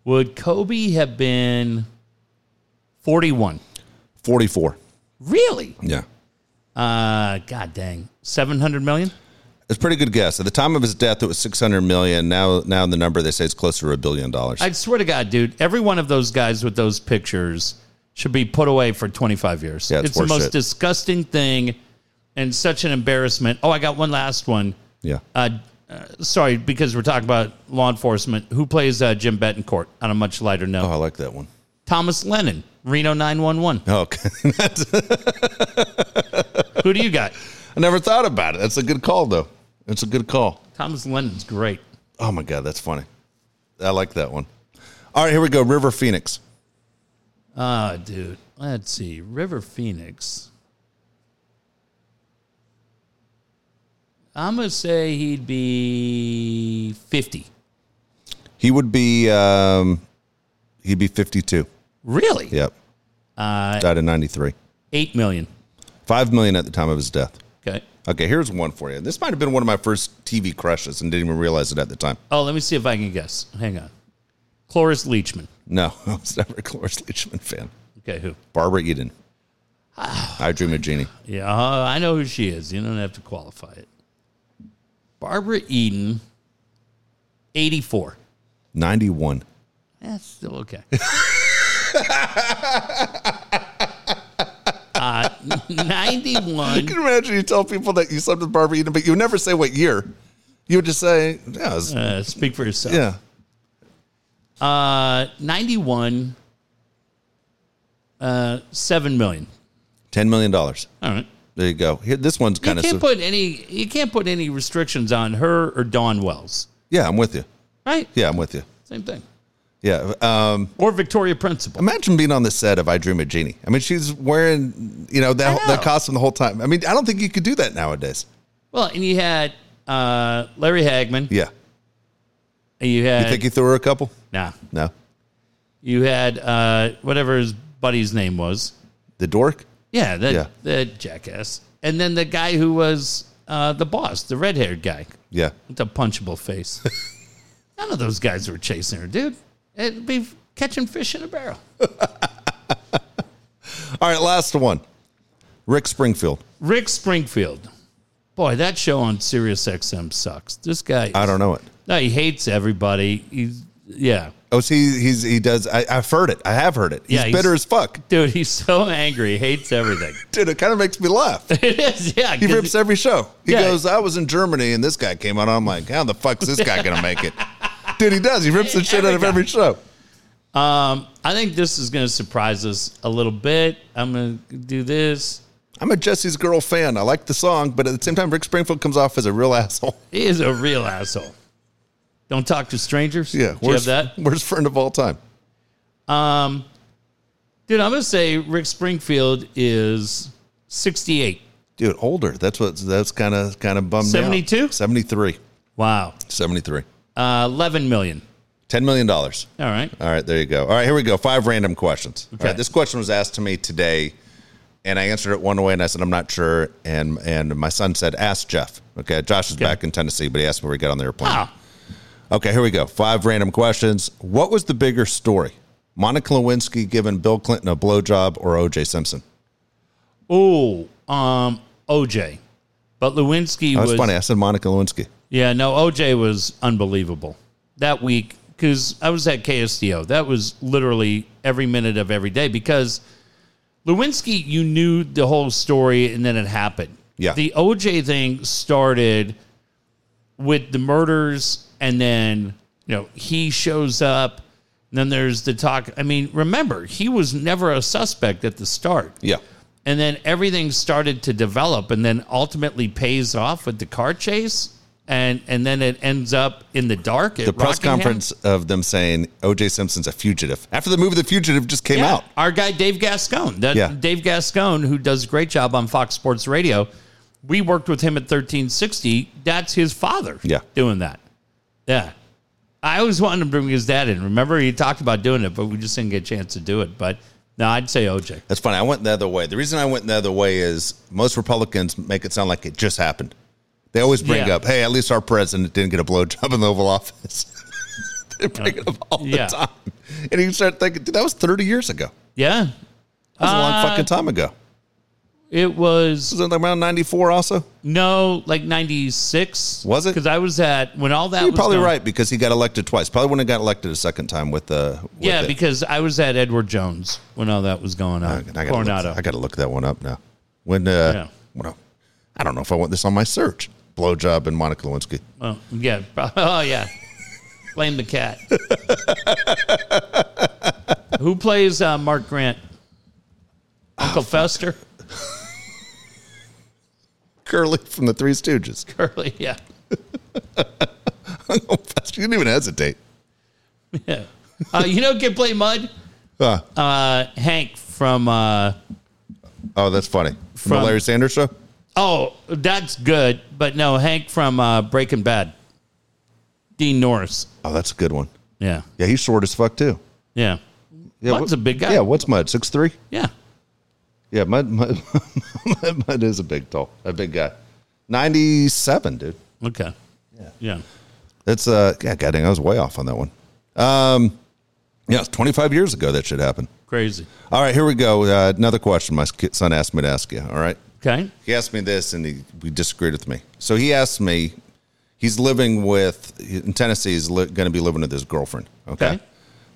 B: Would Kobe have been 41?
A: 44.
B: Really?
A: Yeah.
B: Uh, god dang, seven hundred million.
A: It's a pretty good guess. At the time of his death, it was 600 million. Now, now the number they say is closer to a billion dollars.
B: I swear to God, dude, every one of those guys with those pictures should be put away for twenty five years.
A: Yeah, it's
B: the
A: horse
B: most
A: shit.
B: disgusting thing, and such an embarrassment. Oh, I got one last one.
A: yeah.
B: Uh, uh, sorry, because we're talking about law enforcement. Who plays uh, Jim Betancourt on a much lighter note?
A: Oh, I like that one.
B: Thomas Lennon, Reno nine one one.
A: Okay. That's-
B: Who do you got?
A: I never thought about it. That's a good call, though. It's a good call.
B: Thomas Lennon's great.
A: Oh my god, that's funny. I like that one. All right, here we go. River Phoenix.
B: Ah, dude. Let's see. River Phoenix. I'm gonna say he'd be fifty.
A: He would be um, he'd be 52.
B: Really?
A: Yep. Died in 93.
B: Eight million.
A: 5 million at the time of his death.
B: Okay.
A: Okay, here's one for you. This might have been one of my first TV crushes and didn't even realize it at the time.
B: Oh, let me see if I can guess. Hang on. Cloris Leachman.
A: No, I was never a Cloris Leachman fan.
B: Okay, who?
A: Barbara Eden. I Dream of Jeannie.
B: Yeah, uh, I know who she is. You don't have to qualify it. Barbara Eden, 84.
A: 91.
B: That's Eh, still okay. uh,
A: Can
B: 91.
A: you imagine you tell people that you slept with Barbara Eden, but you would never say what year? You would just say, yeah, it was-
B: Uh, speak for yourself.
A: yeah.
B: Uh, 91, uh, 7 million.
A: $10 million.
B: All right.
A: There you go. Here, this one's
B: You
A: kind
B: can't
A: of. su-
B: put any you can't put any restrictions on her or Dawn Wells,
A: yeah, I'm with you.
B: right?
A: Yeah, I'm with you.
B: Same thing.
A: Yeah. Um,
B: Or Victoria Principal.
A: Imagine being on the set of I Dream of Jeannie. I mean, she's wearing, you know, that,
B: I know.
A: that costume the whole time. I mean, I don't think you could do that nowadays.
B: Well, and you had uh, Larry Hagman.
A: Yeah.
B: And you had
A: You think he threw her a couple?
B: nah.
A: No.
B: You had uh, whatever his buddy's name was.
A: The dork?
B: Yeah, that
A: Yeah.
B: that jackass. And then the guy who was uh, the boss, the red haired guy
A: Yeah.
B: with the punchable face. None of those guys were chasing her, dude. It'd be catching fish in a barrel.
A: All right, last one. Rick Springfield.
B: Rick Springfield. Boy, that show on Sirius XM sucks. This guy
A: I don't know it.
B: No, he hates everybody. He's yeah.
A: Oh, see, he's he does. I, I've heard it. I have heard it. He's
B: Yeah, he's-
A: bitter as fuck.
B: Dude, he's so angry, he hates everything.
A: Dude, it kind of makes me laugh.
B: it is, yeah.
A: He
B: 'cause
A: rips every show. He
B: Yeah.
A: goes, I was in Germany and this guy came out. I'm like, how the fuck's this guy going to make it? Dude, he does. He rips the shit out
B: Every
A: of every show.
B: Um, I think this is going to surprise us a little bit. I'm going to do this.
A: I'm a Jesse's Girl fan. I like the song, but at the same time, Rick Springfield comes off as a real asshole.
B: He is a real asshole. Don't talk to strangers.
A: Yeah,
B: Do you have
A: worst,
B: that,
A: worst friend of all time.
B: dude. I'm going to say Rick Springfield is 68.
A: Dude, older. That's what. That's kind of kind of bummed me out.
B: 72?
A: 73.
B: Wow,
A: 73.
B: uh, 11 million.
A: $10 million. dollars.
B: All right.
A: All right, there you go. All right, here we go. Five random questions. All
B: Okay.
A: right, this question was asked to me today, and I answered it one way, and I said I'm not sure. And and my son said, "Ask Jeff." Okay, Josh is back in Tennessee, but he asked me where he got on the airplane.
B: Wow.
A: Okay, here we go. Five random questions. What was the bigger story? Monica Lewinsky giving Bill Clinton a blowjob or O.J. Simpson?
B: Oh, um, OJ, but Lewinsky
A: That
B: was,
A: was funny. I said Monica Lewinsky.
B: Yeah, no, OJ was unbelievable that week because I was at KSDO. That was literally every minute of every day because Lewinsky, you knew the whole story and then it happened.
A: Yeah.
B: The OJ thing started with the murders and then, you know, he shows up. And then there's the talk. I mean, remember, he was never a suspect at the start
A: Yeah,
B: and then everything started to develop and then ultimately pays off with the car chase and and then it ends up in the dark at
A: the press
B: Rockingham.
A: conference of them saying O.J. Simpson's a fugitive after the movie The Fugitive just came
B: yeah,
A: out.
B: our guy dave gascon that
A: Yeah.
B: dave gascon who does a great job on fox sports radio we worked with him at 1360 that's his father
A: Yeah.
B: doing that yeah i always wanted to bring his dad in remember he talked about doing it but we just didn't get a chance to do it but no i'd say oj
A: That's funny. I went the other way. The reason I went the other way is most Republicans make it sound like it just happened. They always bring
B: Yeah.
A: up, hey, at least our president didn't get a blowjob in the Oval Office. they bring it up all
B: Uh, yeah.
A: the time. And you start thinking, dude, that was 30 years ago.
B: yeah
A: That was a long
B: Uh,
A: fucking time ago.
B: it was
A: Was it around 94 also?
B: No, like '96.
A: Was it?
B: Because I was at when all that.
A: You're
B: was
A: probably
B: going-
A: right because he got elected twice. Probably wouldn't have got elected a second time with the. Uh, with
B: Yeah,
A: it.
B: because I was at Edward Jones when all that was going
A: I, I
B: on.
A: gotta
B: Coronado.
A: Look, I got to look that one up now. When, uh,
B: Yeah.
A: when I, I don't know if I want this on my search. Blowjob and Monica Lewinsky.
B: Well, yeah. pro- Oh yeah. Blame the cat. Who plays uh, Mark Grant?
A: Oh,
B: Uncle Fester.
A: Curly from the Three Stooges.
B: Curly. Yeah.
A: She didn't even hesitate.
B: Yeah. Uh, you know, who can play Mud.
A: Uh,
B: Uh, Hank from uh,
A: oh, that's funny. From, the
B: From-
A: Larry Sanders show?
B: Oh, that's good. But no, Hank from uh, Breaking Bad, Dean Norris.
A: Oh, that's a good one.
B: Yeah,
A: Yeah, he's short as fuck too.
B: yeah,
A: Yeah,
B: Mud's
A: wh-
B: a big guy.
A: Yeah, what's Mud? Six three.
B: yeah.
A: Yeah, Mud Mud, Mud, Mud is a big tall, a big guy. Ninety seven, dude.
B: Okay. Yeah. Yeah.
A: That's uh, yeah, God dang, I was way off on that one. Um, yeah, it's twenty five years ago that should happen.
B: Crazy.
A: All right, here we go. Uh, another question my ki- son asked me to ask you. All right,
B: Okay.
A: he asked me this, and he, he disagreed with me. So he asked me, he's living with in Tennessee. He's li- going to be living with his girlfriend. Okay?
B: Okay.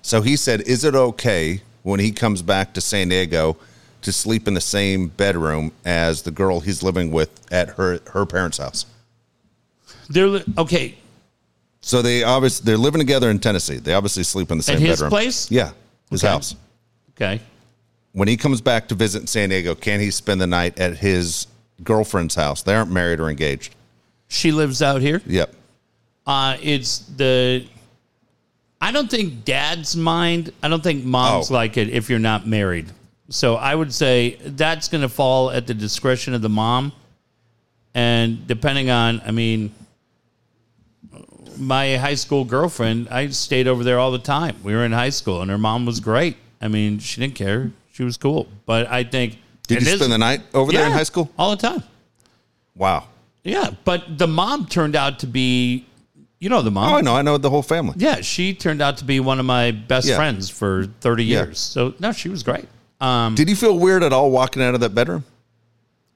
A: So he said, is it okay when he comes back to San Diego to sleep in the same bedroom as the girl he's living with at her her parents' house?
B: They're li- okay
A: So they obviously they're living together in Tennessee. They obviously sleep in the same
B: at his
A: bedroom.
B: place.
A: Yeah, his
B: Okay.
A: house.
B: Okay.
A: when he comes back to visit in San Diego, can he spend the night at his girlfriend's house? They aren't married or engaged.
B: She lives out here.
A: Yep.
B: Uh, it's the. I don't think dad's mind. I don't think mom's
A: Oh.
B: like it if you're not married. So I would say that's going to fall at the discretion of the mom. And depending on, I mean, my high school girlfriend, I stayed over there all the time. We were in high school and her mom was great. I mean, she didn't care. She was cool. But I think.
A: Did
B: it
A: you
B: is-
A: spend the night over there in
B: Yeah,
A: high school?
B: All the time.
A: Wow.
B: Yeah. But the mom turned out to be, you know, the mom.
A: Oh, I know. I know the whole family.
B: Yeah, she turned out to be one of my best
A: Yeah.
B: friends for 30
A: Yeah.
B: years. So, no, she was great. Um,
A: Did you feel weird at all walking out of that bedroom?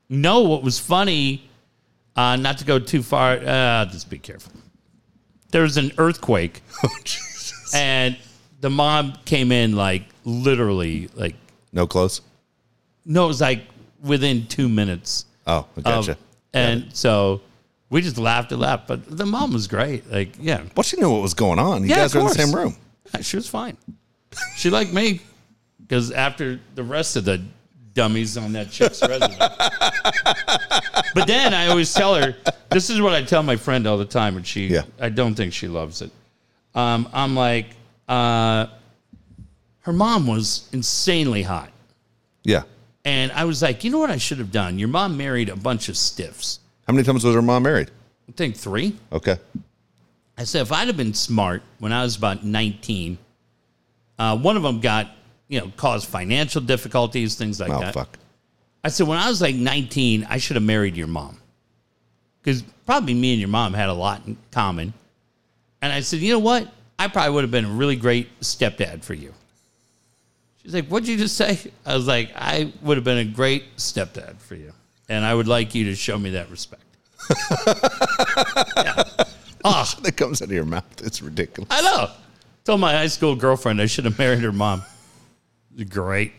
B: no, what was funny, uh, not to go too far, uh, just be careful. There was an earthquake,
A: Oh, Jesus.
B: and the mom came in like literally, like,
A: No clothes.
B: no, it was like within two minutes.
A: Oh, I
B: of-
A: gotcha.
B: and so we just laughed and laughed, but the mom was great. Like, yeah,
A: well, she knew what was going on. You
B: Yeah,
A: guys
B: of
A: are in the
B: course.
A: same room.
B: Yeah, Uh, she was fine. She liked me because after the rest of the dummies on that chick's resume. but then I always tell her this is what I tell my friend all the time, and she,
A: Yeah.
B: I don't think she loves it. Um, I'm like, uh, her mom was insanely hot.
A: Yeah.
B: And I was like, you know what I should have done? Your mom married a bunch of stiffs.
A: How many times was her mom married?
B: I think three.
A: Okay.
B: I said, if I'd have been smart when I was about 19, uh, one of them got, you know, caused financial difficulties, things like
A: Oh,
B: that.
A: fuck.
B: I said, when I was like 19, I should have married your mom. Because probably me and your mom had a lot in common. And I said, you know what? I probably would have been a really great stepdad for you. She's like, what'd you just say? I was like, I would have been a great stepdad for you. And I would like you to show me that respect.
A: That comes out of your mouth. It's ridiculous.
B: I know. Told my high school girlfriend I should have married her mom. Great.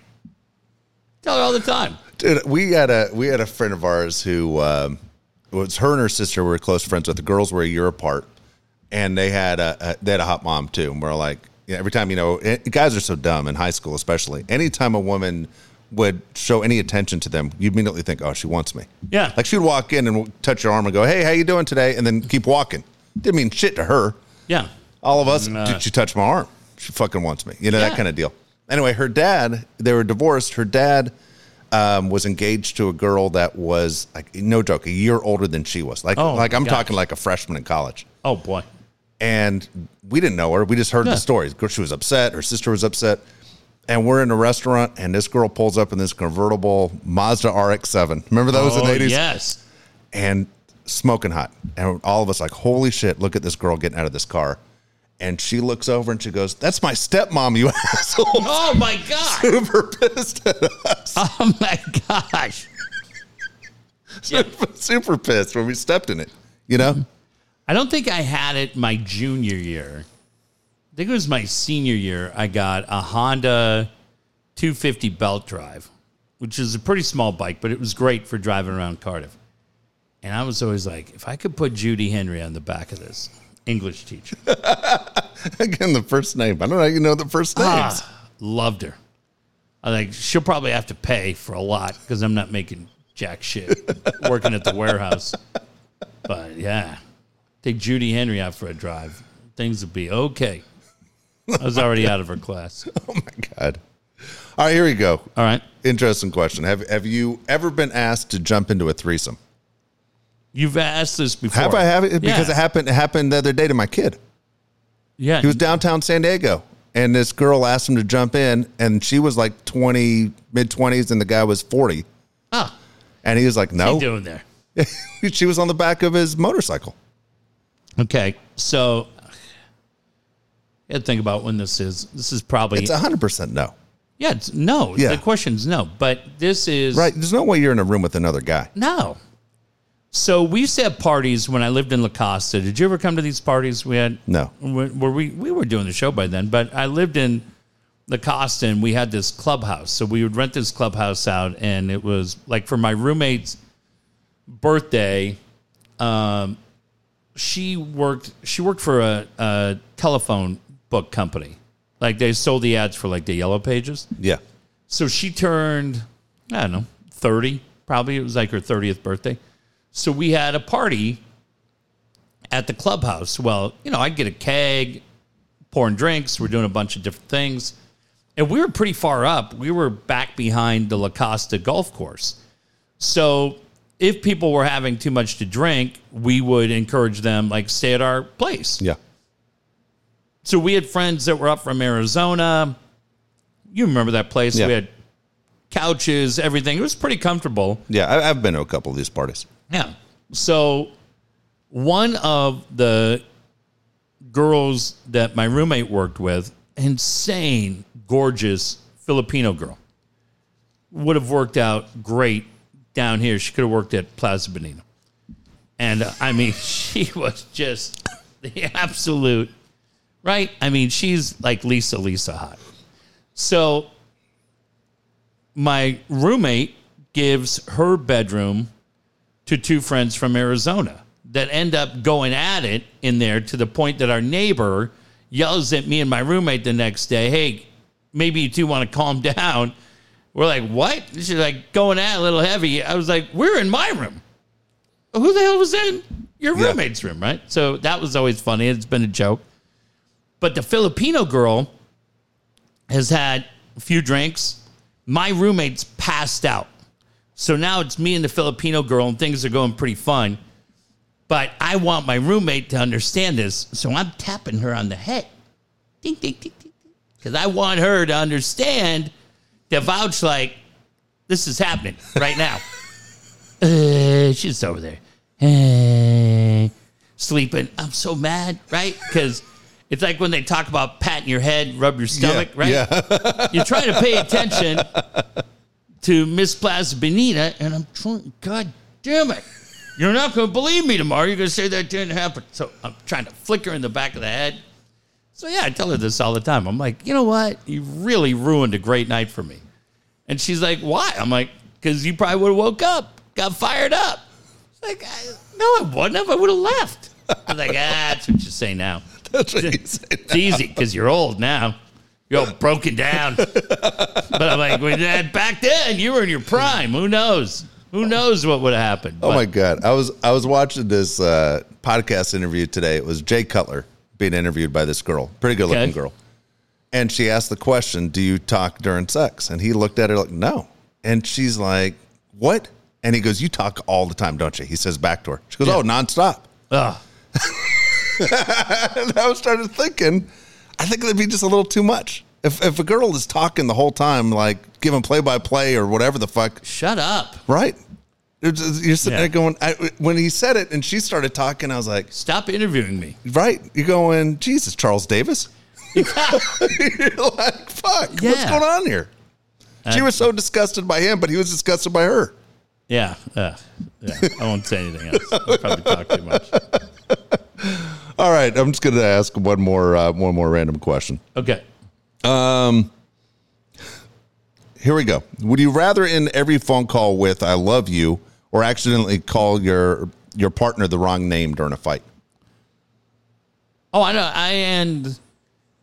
B: Tell her all the time.
A: Dude, we had a we had a friend of ours who um, it was her and her sister were close friends with. The girls were a year apart, and they had a, a they had a hot mom too. And we're like, yeah, every time you know, it, guys are so dumb in high school, especially. Anytime a woman would show any attention to them, you immediately think, oh, she wants me.
B: Yeah.
A: like she'd walk in and touch your arm and go, hey, how you doing today? And then keep walking. Didn't mean shit to her.
B: Yeah.
A: All of us,
B: Nah.
A: did she touch my arm? She fucking wants me. You know,
B: Yeah.
A: that kind of deal. Anyway, her dad, they were divorced. Her dad um, was engaged to a girl that was like, no joke, a year older than she was. Like,
B: Oh,
A: like I'm
B: gosh.
A: talking like a freshman in college.
B: Oh boy.
A: And we didn't know her. We just heard
B: Yeah.
A: the stories. She was upset. Her sister was upset. And we're in a restaurant, and this girl pulls up in this convertible Mazda RX-7. Remember those in
B: oh,
A: the 80s?
B: yes.
A: and smoking hot. And all of us like, holy shit, look at this girl getting out of this car. And she looks over and she goes, That's my stepmom, you asshole.
B: Oh my god.
A: Super pissed at us.
B: Oh my gosh. Yeah. Mm-hmm.
A: Super pissed when we stepped in it. You know?
B: I don't think I had it my junior year. I think it was my senior year. I got a Honda 250 belt drive, which is a pretty small bike, but it was great for driving around Cardiff. And I was always like, if I could put Judy Henry on the back of this English teacher,
A: Again, the first name. I don't know how you know the first names.
B: Ah, loved her. I think she'll probably have to pay for a lot because I'm not making jack shit working at the warehouse. But yeah, take Judy Henry out for a drive. Things would be okay. I was already out of her class.
A: Oh my God. All right, here we go.
B: All right.
A: Interesting question. Have have you ever been asked to jump into a threesome?
B: You've asked this before.
A: Have I have it? Because
B: Yeah.
A: it happened it happened the other day to my kid.
B: Yeah.
A: He was downtown San Diego, and this girl asked him to jump in, and she was like twenty, mid twenties, and the guy was forty,
B: ah,
A: and he was like,
B: what are you
A: "No."
B: doing there?
A: she was on the back of his motorcycle.
B: Okay, so I had to think about when this is. This is probably
A: It's hundred percent no,
B: yeah. It's, no,
A: Yeah.
B: the question's no, but this is
A: right? There's no way you're in a room with another guy.
B: No. So we used to have parties when I lived in La Costa. Did you ever come to these parties? We had
A: No.
B: Were, were we we were doing the show by then, but I lived in La Costa and we had this clubhouse. So we would rent this clubhouse out, and it was like for my roommate's birthday. Um, she worked she worked for a, a telephone book company. Like they sold the ads for like the Yellow Pages.
A: Yeah,
B: So she turned, I don't know, 30, probably. It was like her 30th birthday. So we had a party at the clubhouse. Well, you know, I'd get a keg, pouring drinks. We're doing a bunch of different things. And we were pretty far up. We were back behind the La Costa golf course. So if people were having too much to drink, we would encourage them, like, stay at our place.
A: yeah,
B: So we had friends that were up from Arizona. You remember that place?
A: Yeah.
B: We had couches, everything. It was pretty comfortable.
A: yeah. I, I've been to a couple of these parties.
B: Yeah. So one of the girls that my roommate worked with, insane, gorgeous Filipino girl, would have worked out great down here. She could have worked at Plaza Bonito. And uh, I mean, she was just the absolute, right? I mean, she's like Lisa, Lisa hot. So my roommate gives her bedroom to two friends from Arizona that end up going at it in there to the point that our neighbor yells at me and my roommate the next day, Hey, maybe you two want to calm down. We're like, What? She's like, going at it a little heavy. I was like, We're in my room. Who the hell was in your
A: Yeah.
B: roommate's room, right? So that was always funny. It's been a joke. But the Filipino girl has had a few drinks. My roommate's passed out. So now it's me and the Filipino girl, and things are going pretty fun. But I want my roommate to understand this, so I'm tapping her on the head. Ding, ding, ding, ding, ding. Because I want her to understand to vouch like, this is happening right now. uh, she's over there. Uh, sleeping. I'm so mad, right? Because it's like when they talk about patting your head, rub your stomach, right?
A: Yeah,
B: You're trying to pay attention to Miss Plaza Benita, and I'm trying, God damn it. You're not going to believe me tomorrow. You're going to say that didn't happen. So I'm trying to flick her in the back of the head. So yeah, I tell her this all the time. I'm like, you know what? You really ruined a great night for me. And she's like, why? I'm like, because you probably would have woke up, got fired up. She's like, I, no, I wouldn't have. I would have left. I'm like, ah, that's what you say now.
A: that's what you say.
B: It's easy because you're old now. You're all broken down. but I'm like, well, that- back then you were in your prime. Who knows? Who knows what would have happened?
A: Oh
B: But-
A: my god! I was I was watching this uh, podcast interview today. It was Jay Cutler being interviewed by this girl, pretty good looking
B: Okay.
A: girl, and she asked the question, "Do you talk during sex?" And he looked at her like, "No," and she's like, "What?" And he goes, "You talk all the time, don't you?" He says back to her. She goes,
B: Yeah.
A: "Oh, nonstop."
B: Ugh.
A: And I was started thinking, I think that'd be just a little too much. If if a girl is talking the whole time, like giving play by play or whatever the fuck,
B: Shut up.
A: Right. It's- it's- You're sitting
B: Yeah.
A: there going, I, when he said it and she started talking, I was like,
B: Stop interviewing me.
A: right. You're going, Jesus, Charles Davis. you're like, fuck, what's
B: Yeah.
A: going on here? She was so disgusted by him, but he was disgusted by her.
B: Yeah. Uh, yeah. I won't say anything else. I'll probably talk too much.
A: All right. I'm just going to ask one more, uh, one more random question.
B: Okay.
A: Here we go. Would you rather end every phone call with "I love you" or accidentally call your your partner the wrong name during a fight?
B: Oh, I know. I end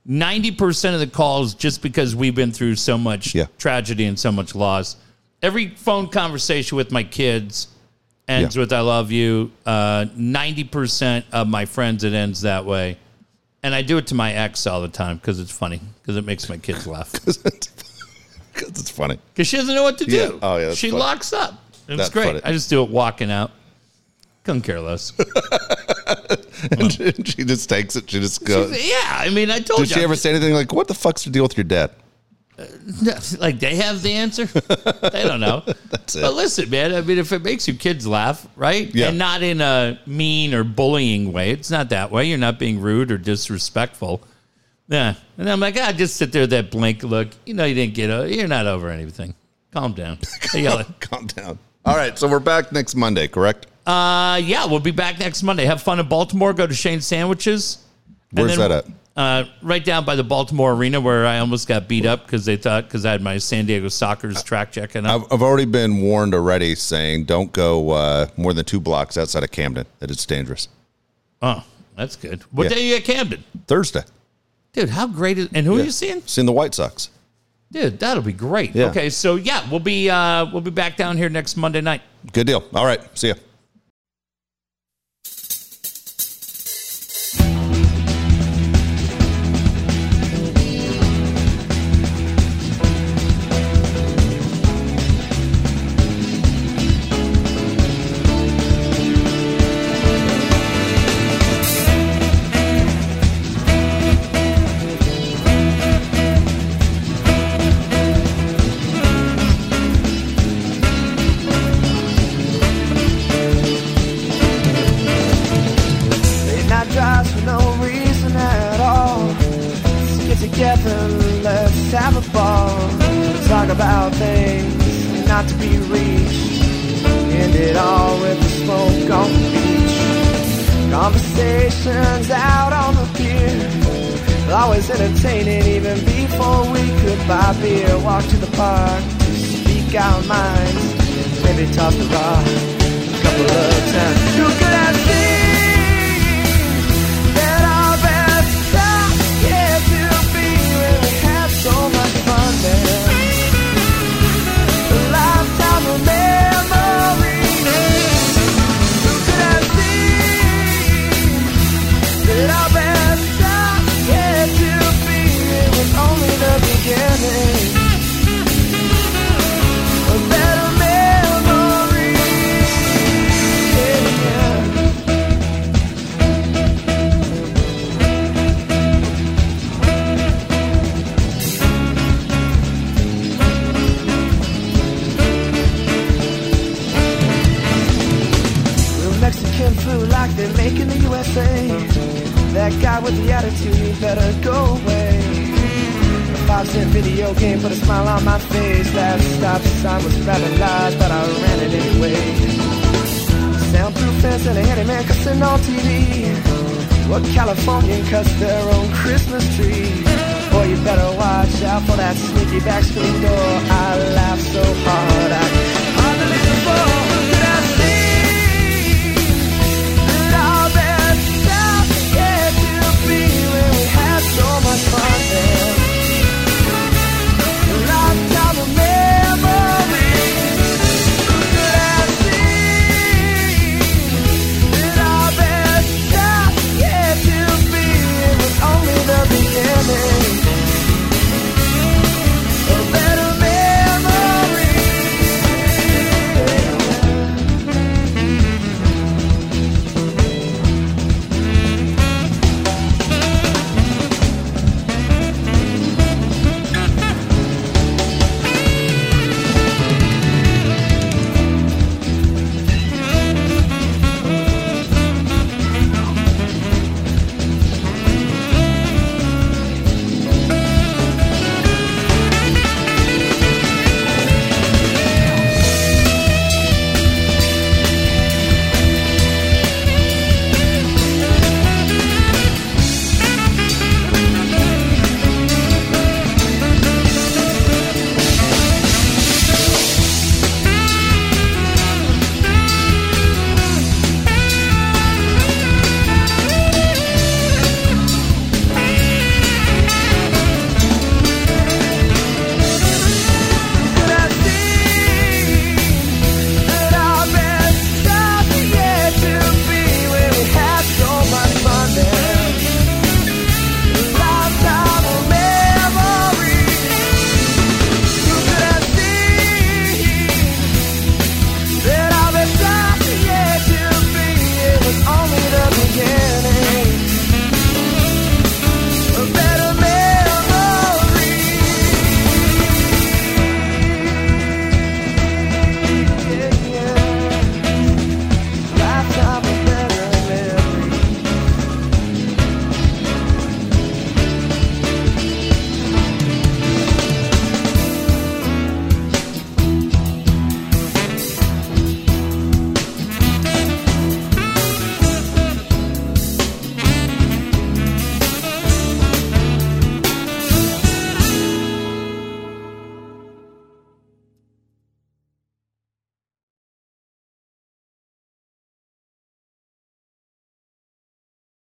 B: ninety percent of the calls just because we've been through so much
A: Yeah.
B: tragedy and so much loss. Every phone conversation with my kids ends
A: Yeah.
B: with "I love you." Uh, Ninety percent of my friends it ends that way, and I do it to my ex all the time because it's funny because it makes my kids laugh
A: Because it's funny.
B: because she doesn't know what to do.
A: Yeah. Oh, yeah, that's
B: she
A: funny.
B: locks up. It's
A: That's
B: great.
A: funny.
B: I just do it walking out. Couldn't care less.
A: And she just takes it. She just goes.
B: yeah, I mean, I told
A: Did
B: you.
A: she ever say anything like, "What the fuck's the deal with your dad"?
B: like they have the answer. they don't know. That's
A: it.
B: But listen, man. I mean, if it makes your kids laugh, right?
A: Yeah.
B: And not in a mean or bullying way. It's not that way. You're not being rude or disrespectful. Yeah. And I'm like, ah, just sit there with that blank look. You know, you didn't get. O- you're not over anything. Calm down. Hey, y'all.
A: Calm down. All right, so we're back next Monday, correct?
B: Uh, yeah, we'll be back next Monday. Have fun in Baltimore. Go to Shane's Sandwiches. And
A: Where's
B: then-
A: that at?
B: Uh, right down by the Baltimore Arena, where I almost got beat up because they thought because I had my San Diego Soccer's track checking up.
A: I've, I've already been warned already, saying don't go uh, more than two blocks outside of Camden. That it's dangerous.
B: Oh, that's good. What
A: Yeah.
B: day you at Camden,
A: Thursday,
B: dude? How great is and who are you seeing,
A: seeing the White Sox.
B: dude? That'll be great.
A: Yeah.
B: Okay, so yeah, we'll be uh we'll be back down here next Monday night.
A: Good deal. All right, see ya.
F: Late night drives for no reason at all. Let's get together, let's have a ball. Talk about things not to be reached. End it all with a smoke on the beach. Conversations out on the pier. Always entertaining even before we could buy beer. Walk to the park, speak our minds, maybe toss the rock. a Couple of times. You could have seen that our best times yet to be when we had so much fun then. A lifetime of memories. You could have seen that our best times yet to be. It was only the beginning. A better memory. Yeah. Real Mexican food like they make in the USA. That guy with the attitude, he better go away. A five cent video game put a smile on my face. That stop sign was rather large, but I ran it anyway. Soundproof fence and a handyman cussing on TV. What Californian cuts their own Christmas tree? Boy, you better watch out for that sneaky back screen door. I laughed so hard I